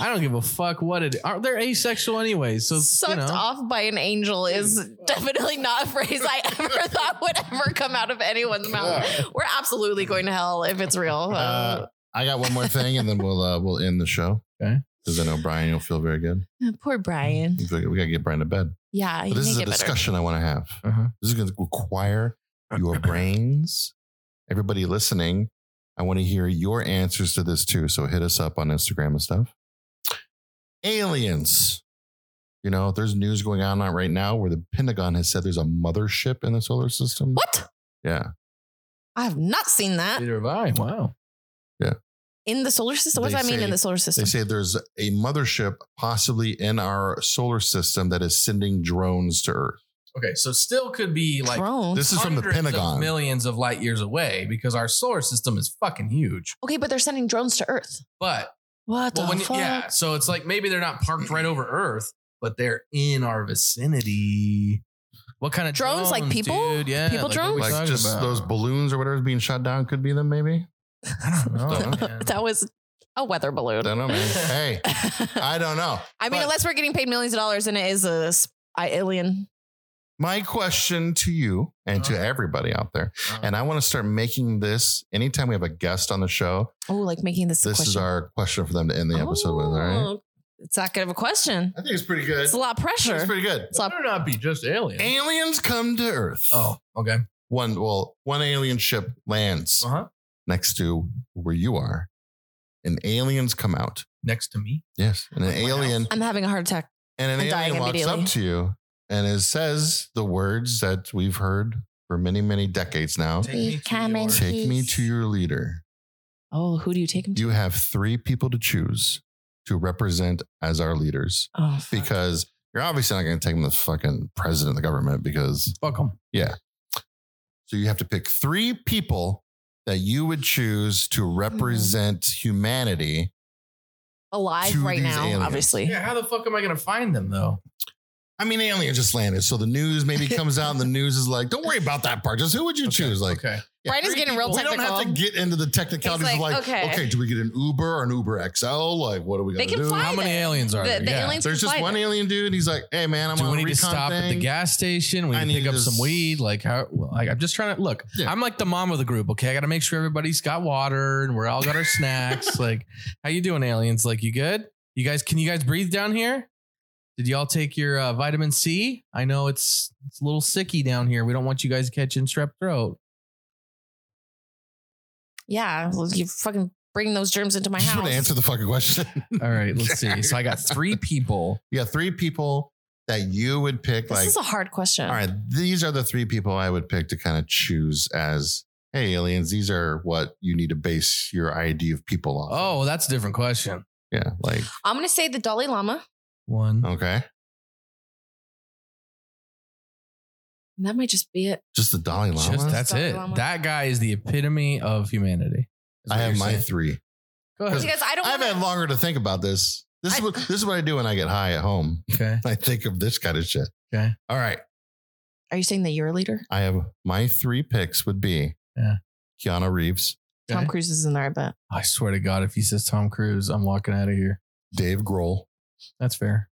Speaker 2: I don't give a fuck what it. Aren't they asexual anyway? So
Speaker 3: sucked
Speaker 2: you know,
Speaker 3: off by an angel is definitely not a phrase I ever thought would ever come out of anyone's mouth. We're absolutely going to hell if it's real. Uh,
Speaker 1: Uh, I got one more thing, and then we'll uh, we'll end the show.
Speaker 2: Okay.
Speaker 1: Because I know Brian, you'll feel very good.
Speaker 3: Uh, poor Brian.
Speaker 1: We gotta get Brian to bed.
Speaker 3: Yeah,
Speaker 1: But
Speaker 3: he
Speaker 1: this
Speaker 3: can
Speaker 1: is a
Speaker 3: get better.
Speaker 1: discussion I want to have.
Speaker 2: Uh-huh.
Speaker 1: This is going to require your brains. Everybody listening, I want to hear your answers to this too. So hit us up on Instagram and stuff. Aliens. You know, there's news going on right now where the Pentagon has said there's a mothership in the solar system.
Speaker 3: What?
Speaker 1: Yeah.
Speaker 3: I have not seen that
Speaker 2: Neither have I. Wow.
Speaker 3: in the solar system. What
Speaker 1: They
Speaker 3: does that mean
Speaker 1: say-
Speaker 3: in the solar system?
Speaker 1: They say there's a mothership possibly in our solar system that is sending drones to Earth.
Speaker 2: Okay, so still could be like
Speaker 3: Drones.
Speaker 1: This is from the
Speaker 2: hundreds of
Speaker 1: Pentagon.
Speaker 2: millions of light years away because our solar system is fucking huge.
Speaker 3: okay, but they're sending drones to Earth.
Speaker 2: But
Speaker 3: What
Speaker 2: well,
Speaker 3: the
Speaker 2: when you-
Speaker 3: fuck?
Speaker 2: yeah, so it's like maybe they're not parked right over Earth, but they're in our vicinity. What kind of
Speaker 3: Drones, like people?
Speaker 2: dude? Yeah,
Speaker 3: People
Speaker 2: like, what are we
Speaker 3: drones?
Speaker 1: Like
Speaker 2: talking
Speaker 1: just
Speaker 2: about?
Speaker 1: those balloons or whatever's being shot down could be them, maybe.
Speaker 2: I don't know. man.
Speaker 3: that was a weather balloon.
Speaker 1: I don't know, man. hey, I don't know.
Speaker 3: I mean,
Speaker 1: uh, But-
Speaker 3: unless we're getting paid millions of dollars and it is a, s- I Alien.
Speaker 1: My question to you and to
Speaker 2: Uh-huh.
Speaker 1: everybody out there,
Speaker 2: Uh-huh.
Speaker 1: and I want to start making this anytime we have a guest on the show.
Speaker 3: Oh, like making this. a
Speaker 1: This is
Speaker 3: question.
Speaker 1: our question for them to end the episode with. All right.
Speaker 3: Oh, It's that good of a question.
Speaker 1: I think it's pretty good.
Speaker 3: It's a lot of pressure.
Speaker 1: It's pretty good.
Speaker 3: It's a lot.
Speaker 2: Better not be just alien.
Speaker 1: Aliens come to Earth.
Speaker 2: oh, okay.
Speaker 1: One, well, one alien ship lands
Speaker 3: Uh-huh.
Speaker 2: Uh huh.
Speaker 1: next to where you are, and aliens come out.
Speaker 2: Next to me.
Speaker 1: Yes. And an
Speaker 2: my
Speaker 1: alien
Speaker 3: Oh, I'm having a heart attack.
Speaker 1: And an
Speaker 3: I'm dying
Speaker 1: alien walks
Speaker 3: immediately.
Speaker 1: up to you and it says the words that we've heard for many, many decades now.
Speaker 3: Take me to your-
Speaker 1: Take me to your leader.
Speaker 3: Oh, who do you take him to?
Speaker 1: You have three people to choose to represent as our leaders
Speaker 3: Oh, fuck.
Speaker 1: because you're obviously not going to take them to the fucking president of the government because
Speaker 2: Fuck 'em.
Speaker 1: so you have to pick three people that you would choose to
Speaker 2: Mm-hmm.
Speaker 1: represent humanity.
Speaker 3: alive
Speaker 1: to
Speaker 3: right
Speaker 1: these
Speaker 3: now,
Speaker 1: aliens.
Speaker 3: obviously.
Speaker 2: Yeah. How the fuck am I gonna find them though?
Speaker 1: I mean, alien just landed. So the news maybe comes out and the news is like, don't worry about that part. Just who would you choose? Like,
Speaker 2: okay.
Speaker 1: Yeah.
Speaker 3: Brian is getting real
Speaker 1: we
Speaker 3: technical.
Speaker 1: don't have to get into the technicalities
Speaker 3: It's
Speaker 1: of
Speaker 3: like,
Speaker 1: like,
Speaker 3: okay.
Speaker 1: okay. do we get an Uber or an Uber XL? Like, what are we
Speaker 3: They
Speaker 1: going to
Speaker 3: can
Speaker 1: do?
Speaker 3: fly
Speaker 2: How many
Speaker 3: there.
Speaker 2: aliens
Speaker 3: The,
Speaker 2: are there?
Speaker 3: the
Speaker 2: Yeah.
Speaker 3: aliens
Speaker 1: There's
Speaker 3: can
Speaker 1: just
Speaker 3: fly
Speaker 1: one
Speaker 3: there.
Speaker 1: alien dude. He's like, hey, man, I'm
Speaker 2: Do
Speaker 1: on
Speaker 2: we
Speaker 1: a
Speaker 2: need
Speaker 1: recon
Speaker 2: to stop
Speaker 1: thing.
Speaker 2: at the gas station? We
Speaker 1: I
Speaker 2: need to
Speaker 1: need
Speaker 2: pick up
Speaker 1: to
Speaker 2: some
Speaker 1: s-
Speaker 2: weed. Like how? well, Like I'm just trying to look.
Speaker 1: Yeah.
Speaker 2: I'm like the mom of the group. Okay, I got to make sure everybody's got water and we're all got our snacks. Like, how you doing, aliens? Like, you good? You guys, can you guys breathe down here? Did y'all take your uh, vitamin C? I know it's it's a little sicky down here. We don't want you guys catching strep throat.
Speaker 3: Yeah, well, you fucking bring those germs into my
Speaker 1: Just
Speaker 3: house.
Speaker 1: want to answer the fucking question.
Speaker 2: All right, let's see. So I got three people.
Speaker 1: you got three people that you would pick.
Speaker 3: this
Speaker 1: like,
Speaker 3: is a hard question.
Speaker 1: all right, these are the three people I would pick to kind of choose as, hey, aliens, these are what you need to base your ID of people on.
Speaker 2: Oh, that's a different question.
Speaker 1: yeah. Like,
Speaker 3: I'm gonna say the Dalai Lama.
Speaker 2: One.
Speaker 1: okay.
Speaker 3: That might just be it.
Speaker 1: Just the Dalai Lama.
Speaker 2: Just that's it. That guy is the epitome of humanity. Is
Speaker 1: I
Speaker 2: what
Speaker 1: have
Speaker 2: you're
Speaker 1: my
Speaker 2: saying.
Speaker 1: three.
Speaker 2: Go
Speaker 3: Because
Speaker 2: ahead.
Speaker 3: I don't.
Speaker 1: I've
Speaker 3: wanna-
Speaker 1: had longer to think about this. This is
Speaker 3: I-
Speaker 1: what this is what I do when I get high at home.
Speaker 2: Okay.
Speaker 1: I think of this kind of shit.
Speaker 2: Okay.
Speaker 1: All right.
Speaker 3: Are you saying that you're a leader?
Speaker 1: I have my three picks would be
Speaker 2: Yeah.
Speaker 1: Keanu Reeves,
Speaker 3: Tom
Speaker 2: Okay.
Speaker 3: Cruise is in there, I bet.
Speaker 2: I swear to God, if he says Tom Cruise, I'm walking out of here.
Speaker 1: Dave Grohl,
Speaker 2: That's fair.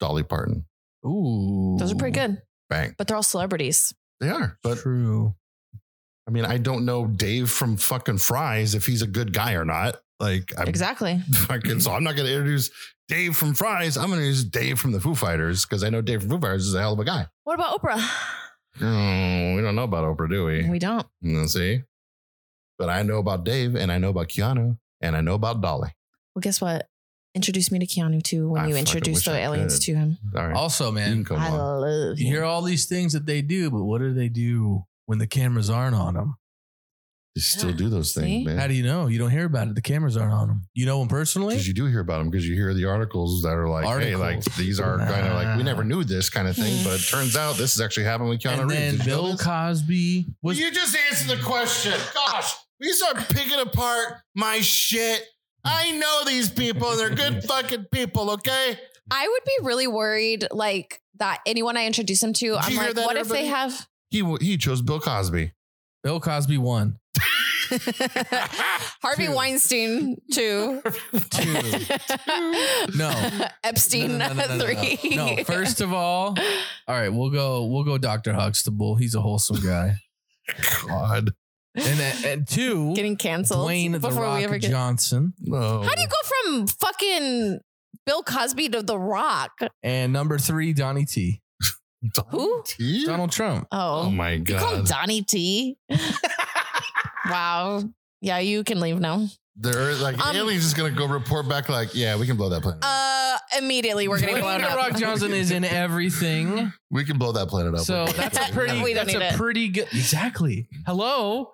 Speaker 1: Dolly Parton.
Speaker 2: Ooh,
Speaker 3: Those are pretty good,
Speaker 1: Bang.
Speaker 3: but they're all celebrities.
Speaker 1: They are. But
Speaker 2: True.
Speaker 1: I mean, I don't know Dave from fucking Fries if he's a good guy or not. Like I'm
Speaker 3: Exactly.
Speaker 1: fucking so I'm not gonna introduce Dave from Fries. I'm gonna use Dave from the Foo Fighters because I know Dave from Foo Fighters is a hell of a guy.
Speaker 3: What about Oprah?
Speaker 1: Mm, we don't know about Oprah, do we?
Speaker 3: We don't.
Speaker 1: Mm, see? But I know about Dave and I know about Keanu and I know about Dolly.
Speaker 3: Well, guess what? Introduce me to Keanu too when
Speaker 1: I
Speaker 3: you
Speaker 1: fucking
Speaker 3: introduce
Speaker 1: wish
Speaker 3: the
Speaker 1: I
Speaker 3: aliens
Speaker 1: could.
Speaker 3: to him.
Speaker 1: All right.
Speaker 2: Also,
Speaker 1: you can
Speaker 2: Oh, man,
Speaker 1: come
Speaker 3: I
Speaker 1: on.
Speaker 3: love
Speaker 2: you hear
Speaker 3: him.
Speaker 2: all these things that they do, but what do they do when the cameras aren't on them?
Speaker 1: You still
Speaker 3: Yeah.
Speaker 1: do those things,
Speaker 3: See?
Speaker 1: man.
Speaker 2: How do you know? You don't hear about it. The cameras aren't on them. You know them personally.
Speaker 1: because you do hear about them because you hear the articles that are like, hey,
Speaker 2: Articles.
Speaker 1: like these are kind of like we never knew this kind of thing,
Speaker 3: Hmm.
Speaker 1: but it turns out this is actually happening with Keanu
Speaker 2: and
Speaker 1: Reeves.
Speaker 2: then
Speaker 1: Did you know
Speaker 2: Bill
Speaker 1: this?
Speaker 2: Cosby was.
Speaker 1: you just answered the question. Gosh, we start picking apart my shit. I know these people, and they're good fucking people. Okay,
Speaker 3: I would be really worried, like that anyone I introduce him to, I'm
Speaker 1: you hear
Speaker 3: like,
Speaker 1: that,
Speaker 3: what if they
Speaker 1: everybody?
Speaker 3: have?
Speaker 1: he he chose Bill Cosby.
Speaker 2: Bill Cosby won.
Speaker 3: Harvey
Speaker 2: Two.
Speaker 3: Weinstein two,
Speaker 2: Two. No.
Speaker 3: Epstein three.
Speaker 2: No, no. first of all, all right, we'll go. We'll go. Doctor Huxtable. He's a wholesome guy.
Speaker 1: God,
Speaker 2: And then, and two,
Speaker 3: getting canceled
Speaker 2: Dwayne the Rock Johnson.
Speaker 1: no.
Speaker 3: How do you go from fucking Bill Cosby to The Rock?
Speaker 2: And number three, Donnie T.
Speaker 3: Who?
Speaker 1: T?
Speaker 2: Donald Trump.
Speaker 3: Oh,
Speaker 1: Oh my
Speaker 3: you call him
Speaker 1: god!
Speaker 3: Donnie T. wow. Yeah, you can leave now.
Speaker 1: They're like
Speaker 3: Um,
Speaker 1: aliens is gonna go report back like, yeah, we can blow that planet. up.
Speaker 3: Uh, immediately we're getting
Speaker 2: Dwayne
Speaker 3: blown
Speaker 2: the
Speaker 3: up.
Speaker 2: Rock Johnson is in everything.
Speaker 1: we can blow that planet up.
Speaker 2: so that's a pretty.
Speaker 3: We don't
Speaker 2: that's
Speaker 3: need
Speaker 2: a
Speaker 3: it.
Speaker 2: pretty good. Exactly. Hello.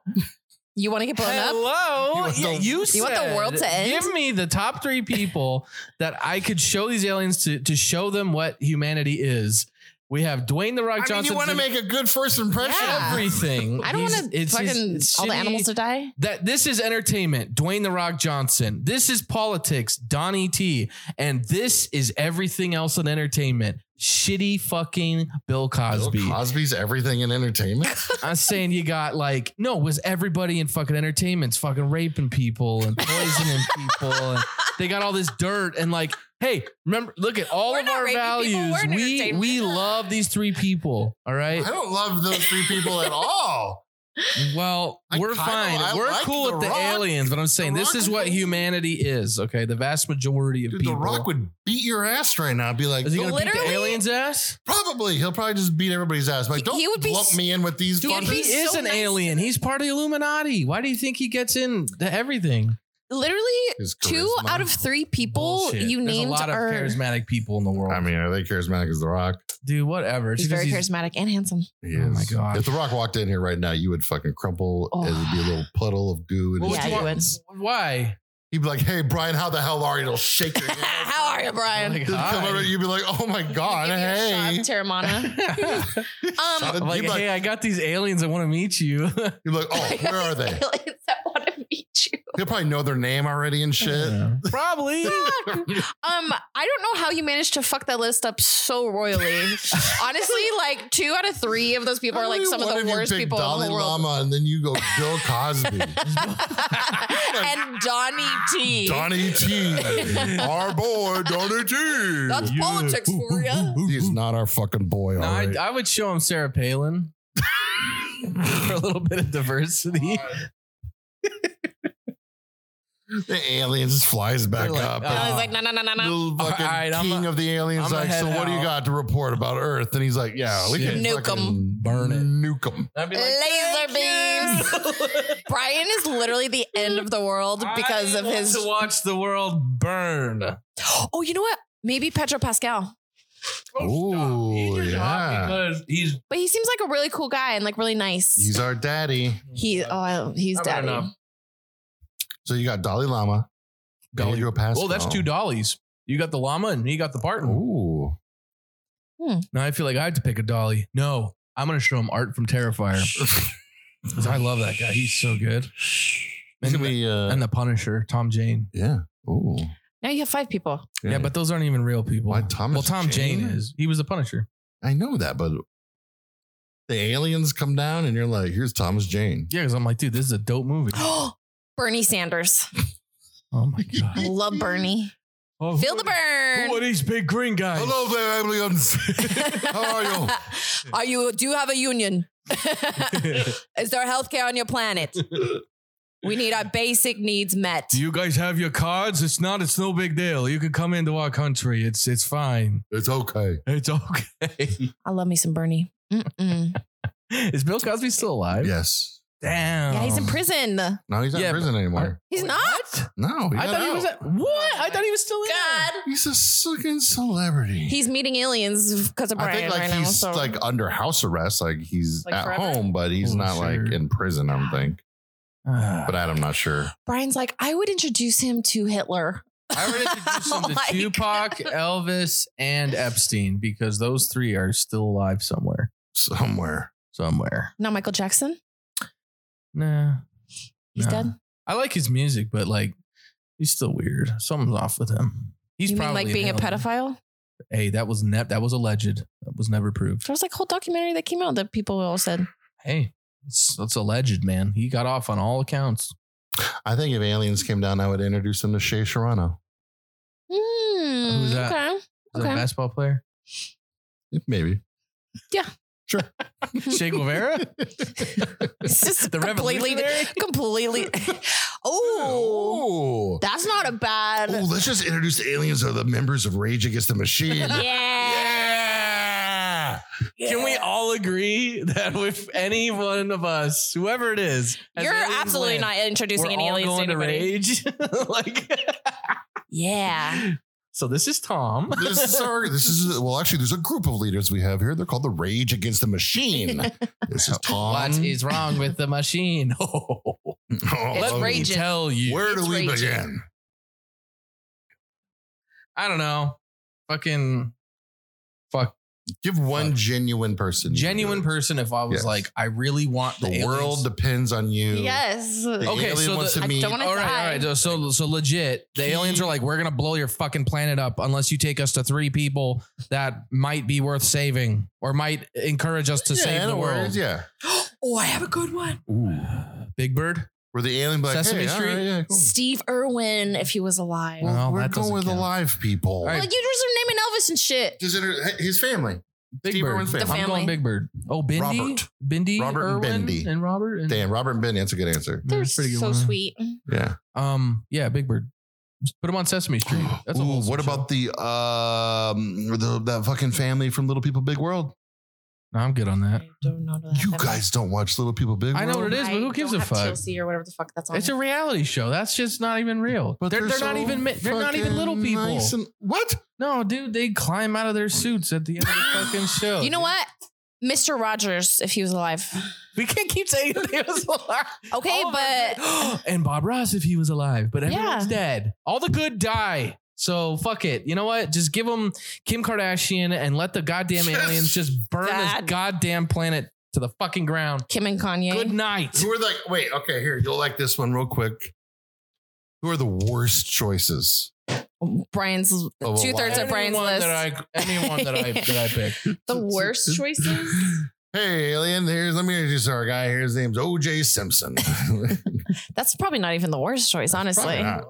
Speaker 3: You want to get blown up?
Speaker 1: You
Speaker 2: Hello.
Speaker 1: want
Speaker 2: Yeah,
Speaker 1: the-
Speaker 2: you,
Speaker 3: You want the
Speaker 2: said,
Speaker 3: world to end?
Speaker 2: Give me the top three people that I could show these aliens to to show them what humanity is. We have Dwayne the
Speaker 1: I
Speaker 2: Rock
Speaker 1: mean,
Speaker 2: Johnson.
Speaker 1: you want to make a good first impression.
Speaker 3: Yeah.
Speaker 2: everything.
Speaker 3: I don't
Speaker 2: He's-
Speaker 3: want to
Speaker 2: it's his
Speaker 3: fucking all the
Speaker 2: shitty-
Speaker 3: animals to die.
Speaker 2: that this is entertainment, Dwayne the Rock Johnson. This is politics, Donnie T. And this is everything else in entertainment. Shitty fucking
Speaker 1: Bill
Speaker 2: Bill Cosby.
Speaker 1: Cosby's everything in entertainment.
Speaker 2: I'm saying you got like, no, it was everybody in fucking entertainment's fucking raping people and poisoning people and They got all this dirt and like, hey, remember, look at all
Speaker 3: We're
Speaker 2: of
Speaker 3: not
Speaker 2: our
Speaker 3: raping people,
Speaker 2: values.
Speaker 3: we're an
Speaker 2: We
Speaker 3: entertainment.
Speaker 2: we love these three people. All right.
Speaker 1: I don't love those three people at all.
Speaker 2: Well,
Speaker 1: I
Speaker 2: we're
Speaker 1: kinda-
Speaker 2: fine.
Speaker 1: I
Speaker 2: we're
Speaker 1: like
Speaker 2: cool
Speaker 1: The
Speaker 2: with the
Speaker 1: Rock.
Speaker 2: aliens, but I'm saying this
Speaker 1: Rock
Speaker 2: is
Speaker 1: is
Speaker 2: what
Speaker 1: cool.
Speaker 2: humanity is. Okay, the vast majority of
Speaker 1: Dude,
Speaker 2: people.
Speaker 1: The Rock would beat your ass right now. I'd Be like,
Speaker 2: is he
Speaker 1: "Don't-
Speaker 2: gonna beat the
Speaker 3: Literally-
Speaker 2: aliens' ass?
Speaker 1: probably he'll probably just beat everybody's ass. Like,
Speaker 3: He-
Speaker 1: don't
Speaker 3: he would be
Speaker 1: lump
Speaker 3: s-
Speaker 1: me in with these.
Speaker 2: Dude,
Speaker 1: fucking-
Speaker 3: Dude,
Speaker 2: he
Speaker 3: he's
Speaker 2: is
Speaker 3: so
Speaker 2: an
Speaker 3: nice to
Speaker 2: alien.
Speaker 3: them.
Speaker 2: He's part of the Illuminati. Why do you think he gets in to everything?
Speaker 3: Literally,
Speaker 1: his
Speaker 3: two
Speaker 1: charisma.
Speaker 3: out of three people
Speaker 2: Bullshit.
Speaker 3: you
Speaker 2: There's
Speaker 3: named
Speaker 2: a lot of
Speaker 3: are.
Speaker 2: charismatic people in the world.
Speaker 1: I mean, are they charismatic as The Rock?
Speaker 2: dude, whatever. It's
Speaker 3: He's
Speaker 2: because
Speaker 3: very charismatic and handsome.
Speaker 1: He
Speaker 2: Oh my
Speaker 1: is.
Speaker 2: God.
Speaker 1: If The Rock walked in here right now, you would fucking crumple.
Speaker 3: Oh.
Speaker 1: It would be a little puddle of goo. And
Speaker 2: What would
Speaker 3: Yeah,
Speaker 2: you
Speaker 3: you
Speaker 2: want-
Speaker 3: would.
Speaker 2: Why?
Speaker 1: He'd be like, "Hey, Brian, how the hell are you?" It'll shake your hand.
Speaker 3: How are you, Brian?
Speaker 2: Like,
Speaker 1: He'd come
Speaker 2: hi.
Speaker 1: over, you'd be like, "Oh my god,
Speaker 3: Give you a shot,
Speaker 1: hey!"
Speaker 3: Terramana.
Speaker 1: Shot
Speaker 3: Um,
Speaker 1: it.
Speaker 2: like,
Speaker 1: You'd be like-
Speaker 2: hey, I got these aliens. I want to meet you.
Speaker 1: You'd be like, "Oh, where are they?"
Speaker 3: Aliens that want to meet you.
Speaker 1: He'll probably know their name already and shit.
Speaker 2: Yeah. Probably.
Speaker 3: Um, I don't know how you managed to fuck that list up so royally. Honestly, like two out of three of those people are like some of
Speaker 1: What
Speaker 3: the
Speaker 1: if you
Speaker 3: worst
Speaker 1: pick
Speaker 3: people
Speaker 1: Dalai
Speaker 3: in the world.
Speaker 1: Lama, and then you go Bill Cosby,
Speaker 3: and Donnie T.
Speaker 1: Donnie T, our boy Donnie T.
Speaker 3: That's politics for you.
Speaker 1: He's not our fucking boy.
Speaker 2: No,
Speaker 1: all
Speaker 2: I,
Speaker 1: right.
Speaker 2: I would show him Sarah Palin for a little bit of diversity.
Speaker 1: the aliens just flies back
Speaker 2: They're like,
Speaker 1: up.
Speaker 2: "Oh,
Speaker 1: and
Speaker 3: I was like, no, no, no, no, no.
Speaker 1: Little fucking
Speaker 2: All right, I'm
Speaker 1: king
Speaker 2: a-
Speaker 1: of the aliens.
Speaker 2: I'm a
Speaker 1: like, so
Speaker 2: head
Speaker 1: what do you
Speaker 2: out."
Speaker 1: got to report about Earth? And he's like, yeah, we
Speaker 2: Shit.
Speaker 1: can
Speaker 3: Nuke 'em.
Speaker 1: fucking
Speaker 2: Burn it.
Speaker 1: nuke 'em.
Speaker 2: I'd be like,
Speaker 3: Laser
Speaker 2: "Thank you."
Speaker 3: Brian is literally the end of the world because
Speaker 2: I
Speaker 3: of
Speaker 2: want
Speaker 3: his.
Speaker 2: to watch the world burn.
Speaker 3: Oh, you know what? Maybe Pedro Pascal.
Speaker 1: Ooh,
Speaker 2: Oh, stop. He's just hot
Speaker 1: yeah.
Speaker 2: because he's
Speaker 3: But he seems like a really cool guy and like really nice.
Speaker 1: He's our daddy.
Speaker 3: he oh I- he's
Speaker 2: I've had
Speaker 3: daddy.
Speaker 2: enough.
Speaker 1: So you got Dalai Lama,
Speaker 2: Dalai-
Speaker 1: Pedro Pascal.
Speaker 2: Oh, that's two dollies. You got the llama and he got the Barton.
Speaker 1: Ooh,
Speaker 2: Now I feel like I have to pick a dolly. No, I'm gonna show him art from Terrifier. 'Cause I love that guy. He's so good.
Speaker 1: and
Speaker 2: And,
Speaker 1: we, uh,
Speaker 2: and the Punisher, Tom Jane.
Speaker 1: yeah. Ooh,
Speaker 3: Now you have five people.
Speaker 2: Yeah, but those aren't even real people.
Speaker 1: Why Thomas
Speaker 2: well, Tom Jane?
Speaker 1: Jane?
Speaker 2: is. He was the Punisher.
Speaker 1: I know that, but the aliens come down and you're like, here's Thomas Jane.
Speaker 2: Yeah, because I'm like, dude, this is a dope movie.
Speaker 3: Bernie Sanders.
Speaker 2: oh my god.
Speaker 3: Love Bernie.
Speaker 2: Oh,
Speaker 3: Feel the burn.
Speaker 2: What these big green guys?
Speaker 1: Hello there, aliens. How are you?
Speaker 3: Are you do you have a union? Is there healthcare on your planet? We need our basic needs met.
Speaker 2: Do you guys have your cards? It's not. It's no big deal. You can come into our country. It's it's fine.
Speaker 1: It's okay.
Speaker 2: It's okay.
Speaker 3: I love me some Bernie. Mm-mm.
Speaker 2: Is Bill Cosby still alive?
Speaker 1: Yes.
Speaker 2: Damn.
Speaker 3: Yeah, he's
Speaker 1: Oh.
Speaker 3: in prison.
Speaker 1: No, he's not
Speaker 2: Yeah,
Speaker 1: in prison anymore.
Speaker 3: He's not.
Speaker 1: No, he
Speaker 2: I
Speaker 1: got
Speaker 2: thought he
Speaker 1: out.
Speaker 2: was. At, what? I thought he was still in.
Speaker 3: God.
Speaker 1: He's a fucking celebrity.
Speaker 3: He's meeting aliens because of
Speaker 1: I
Speaker 3: Brian
Speaker 1: think like
Speaker 3: right now.
Speaker 1: he's
Speaker 3: So
Speaker 1: like under house arrest. Like he's
Speaker 3: Like
Speaker 1: at
Speaker 3: forever?
Speaker 1: home, but he's
Speaker 2: Oh,
Speaker 1: not like
Speaker 2: sure.
Speaker 1: in prison. I don't think.
Speaker 2: Ah.
Speaker 1: But I'm not sure.
Speaker 3: Brian's like, I would introduce him to Hitler.
Speaker 2: I already introduced him to
Speaker 3: Like-
Speaker 2: Tupac, Elvis, and Epstein because those three are still alive somewhere.
Speaker 1: Somewhere.
Speaker 2: Somewhere.
Speaker 3: Not Michael Jackson.
Speaker 2: Nah.
Speaker 3: He's
Speaker 2: Nah.
Speaker 3: dead.
Speaker 2: I like his music, but like he's still weird. Something's off with him. He's
Speaker 3: you mean
Speaker 2: probably
Speaker 3: like being a
Speaker 2: an alien.
Speaker 3: pedophile?
Speaker 2: Hey, that was ne- that was alleged. That was never proved.
Speaker 3: There was like a whole documentary that came out that people all said.
Speaker 2: Hey, it's, it's alleged, man. He got off on all accounts.
Speaker 1: I think if aliens came down, I would introduce him to Shea Serrano.
Speaker 3: Mm,
Speaker 2: Who's that?
Speaker 3: Okay.
Speaker 2: Is that a
Speaker 3: Okay.
Speaker 2: basketball player?
Speaker 1: Maybe.
Speaker 2: Che Guevara?
Speaker 3: It's just
Speaker 2: The
Speaker 3: completely,
Speaker 2: revolutionary?
Speaker 3: completely. oh,
Speaker 1: Oh.
Speaker 3: that's not a bad.
Speaker 1: Oh, let's just introduce the aliens or the members of Rage Against the Machine.
Speaker 3: yeah.
Speaker 1: yeah.
Speaker 2: Can we all agree that if any one of us, whoever it is, has
Speaker 3: You're
Speaker 2: aliens
Speaker 3: absolutely
Speaker 2: land,
Speaker 3: not introducing
Speaker 2: we're
Speaker 3: any
Speaker 2: all
Speaker 3: aliens to
Speaker 2: going to
Speaker 3: anybody.
Speaker 2: rage. like,
Speaker 3: Yeah.
Speaker 2: so this is Tom.
Speaker 1: This is our, this is, well, actually, there's a group of leaders we have here. They're called the Rage Against the Machine. This is Tom.
Speaker 2: What is wrong with the machine?
Speaker 1: Oh,
Speaker 3: It's
Speaker 2: Let me
Speaker 3: raging.
Speaker 2: tell you.
Speaker 1: Where do
Speaker 3: It's
Speaker 1: we
Speaker 3: raging.
Speaker 1: begin?
Speaker 2: I don't know. Fucking fuck.
Speaker 1: Give one
Speaker 2: Fuck.
Speaker 1: genuine person.
Speaker 2: Genuine person, if I was
Speaker 1: Yes.
Speaker 2: like, I really want
Speaker 1: The
Speaker 2: the,
Speaker 1: world depends on you.
Speaker 3: Yes.
Speaker 1: The
Speaker 2: Okay,
Speaker 1: alien
Speaker 2: so
Speaker 1: wants
Speaker 2: the-
Speaker 1: to
Speaker 3: I
Speaker 1: meet.
Speaker 3: don't wanna-
Speaker 2: All right,
Speaker 3: die.
Speaker 2: all right. So, so, so legit, the
Speaker 1: He-
Speaker 2: aliens are like, we're gonna blow your fucking planet up unless you take us to three people that might be worth saving or might encourage us to
Speaker 1: Yeah,
Speaker 2: save
Speaker 1: in
Speaker 2: the
Speaker 1: a
Speaker 2: world.
Speaker 1: word, Yeah.
Speaker 3: oh, I have a good one.
Speaker 2: Big Bird.
Speaker 1: where the alien be like,
Speaker 2: Sesame
Speaker 1: hey, all
Speaker 2: Street? Oh,
Speaker 1: right, yeah, cool.
Speaker 3: Steve Irwin, if he was alive.
Speaker 2: Well, No,
Speaker 1: we're
Speaker 2: that
Speaker 1: going
Speaker 2: doesn't
Speaker 1: with
Speaker 2: count.
Speaker 1: alive people.
Speaker 2: All
Speaker 3: Well,
Speaker 2: right.
Speaker 3: you just are naming Elvis and shit.
Speaker 1: Does it- his family,
Speaker 2: Big
Speaker 1: Steve
Speaker 2: Bird.
Speaker 1: Irwin's
Speaker 3: The
Speaker 2: I'm
Speaker 3: family.
Speaker 2: going Big Bird. Oh, Bindi,
Speaker 1: Robert.
Speaker 2: Bindi,
Speaker 1: Robert and
Speaker 2: Irwin,
Speaker 1: Bindi.
Speaker 2: and Robert, and
Speaker 1: Dan, Robert, and Benny. That's a good answer.
Speaker 2: Yeah,
Speaker 3: They're
Speaker 2: that's a pretty good
Speaker 3: so
Speaker 2: one.
Speaker 3: sweet.
Speaker 1: Yeah.
Speaker 2: Um, yeah, Big Bird. Just put him on Sesame Street. That's a
Speaker 1: Ooh,
Speaker 2: whole
Speaker 1: what about the um the, that fucking family from Little People Big World?
Speaker 2: No, I'm good on that.
Speaker 3: don't know that.
Speaker 1: You guys don't watch Little People Big World.
Speaker 2: I know what it is, but who gives a fuck?
Speaker 3: TLC or whatever the fuck that's on.
Speaker 2: It's a reality show. That's just not even real.
Speaker 1: But
Speaker 2: they're they're,
Speaker 1: so
Speaker 2: not even mi- they're not even
Speaker 1: fucking
Speaker 2: little people.
Speaker 1: nice and- what?
Speaker 2: no, dude, they climb out of their suits at the end of the fucking show.
Speaker 3: you know what? Mr. Rogers, if he was alive.
Speaker 2: We can't keep saying that he was alive.
Speaker 3: Okay,
Speaker 2: All of our
Speaker 3: but
Speaker 2: good- and Bob Ross if he was alive, but
Speaker 3: Yeah.
Speaker 2: everyone's dead. All the good die. So fuck it. You know what? Just give him Kim Kardashian and let the goddamn
Speaker 1: Yes.
Speaker 2: aliens just burn
Speaker 3: That-
Speaker 2: this goddamn planet to the fucking ground.
Speaker 3: Kim and Kanye.
Speaker 2: Good night.
Speaker 1: Who are like? Wait, okay, here you'll like this one real quick. Who are the worst choices?
Speaker 3: Brian's
Speaker 1: well,
Speaker 3: two thirds
Speaker 1: why?
Speaker 3: of Brian's
Speaker 2: Anyone
Speaker 3: list.
Speaker 2: That I, anyone that I that I pick.
Speaker 3: the worst choices.
Speaker 1: Hey, alien! Here's let me introduce our guy. here. His name's O.J. Simpson.
Speaker 3: That's probably not even the worst choice, honestly.
Speaker 1: probably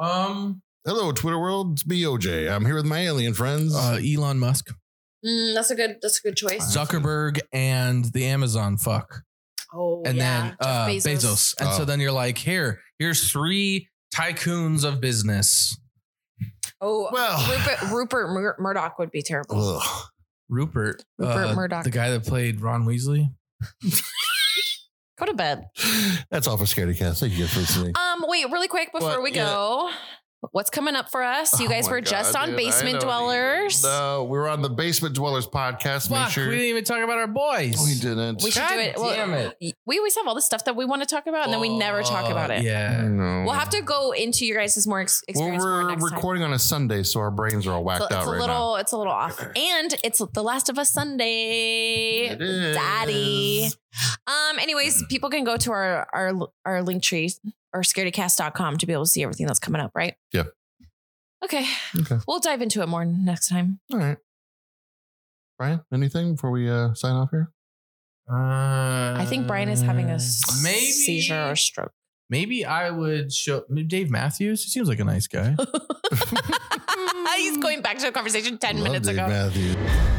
Speaker 1: not.
Speaker 2: Um,
Speaker 1: Hello, Twitter world. It's me, O.J. I'm here with my alien friends.
Speaker 2: uh, Elon Musk,
Speaker 3: Mm, that's a good. That's a good choice.
Speaker 2: Zuckerberg, and the Amazon fuck,
Speaker 3: Oh,
Speaker 2: and then uh,
Speaker 3: Jeff
Speaker 2: Bezos. And
Speaker 1: Oh.
Speaker 2: so then you're like, here, here's three tycoons of business.
Speaker 3: Oh,
Speaker 1: Well.
Speaker 3: Rupert, Rupert Mur- Murdoch would be terrible.
Speaker 1: Ugh.
Speaker 2: Rupert,
Speaker 3: Rupert Murdoch.
Speaker 2: Uh, the guy that played Ron Weasley.
Speaker 3: Go to bed.
Speaker 1: That's all for Scaredy Cast. Thank you guys for listening.
Speaker 3: Um, wait, really quick before
Speaker 1: What?
Speaker 3: we go, what's coming up for us? You
Speaker 1: Oh
Speaker 3: guys
Speaker 1: my
Speaker 3: were
Speaker 1: God,
Speaker 3: just on
Speaker 1: dude, I
Speaker 3: Basement
Speaker 1: don't
Speaker 3: Dwellers.
Speaker 1: even know. we were on the Basement Dwellers podcast. Make
Speaker 2: Fuck,
Speaker 1: sure
Speaker 2: we didn't even talk about our boys.
Speaker 1: we didn't.
Speaker 3: We should
Speaker 2: God
Speaker 3: do it.
Speaker 2: damn
Speaker 3: We always have all this stuff that we want to talk about, and then we never
Speaker 1: Oh,
Speaker 3: talk about it.
Speaker 2: Yeah.
Speaker 1: No.
Speaker 3: We'll have to go into your guys' more ex-
Speaker 1: Well,
Speaker 3: experience. more
Speaker 1: we're
Speaker 3: next time.
Speaker 1: recording on a Sunday, so our brains are all
Speaker 3: So
Speaker 1: whacked
Speaker 3: it's
Speaker 1: out
Speaker 3: a
Speaker 1: right
Speaker 3: little, it's a little off, and it's the Last of Us Sunday.
Speaker 1: now. It is.
Speaker 3: Daddy. Um. Anyways, people can go to our our our link tree or scaredycast.com to be able to see everything that's coming up. Right.
Speaker 1: Yeah.
Speaker 3: Okay.
Speaker 1: Okay.
Speaker 3: We'll dive into it more next time.
Speaker 1: All right. Brian, anything before we uh, sign off here?
Speaker 2: Uh,
Speaker 3: I think Brian is having a s-
Speaker 2: maybe,
Speaker 3: seizure or stroke.
Speaker 2: Maybe I would show Dave Matthews. He seems like a nice guy.
Speaker 3: He's going back to the conversation ten minutes ago.
Speaker 1: Matthew.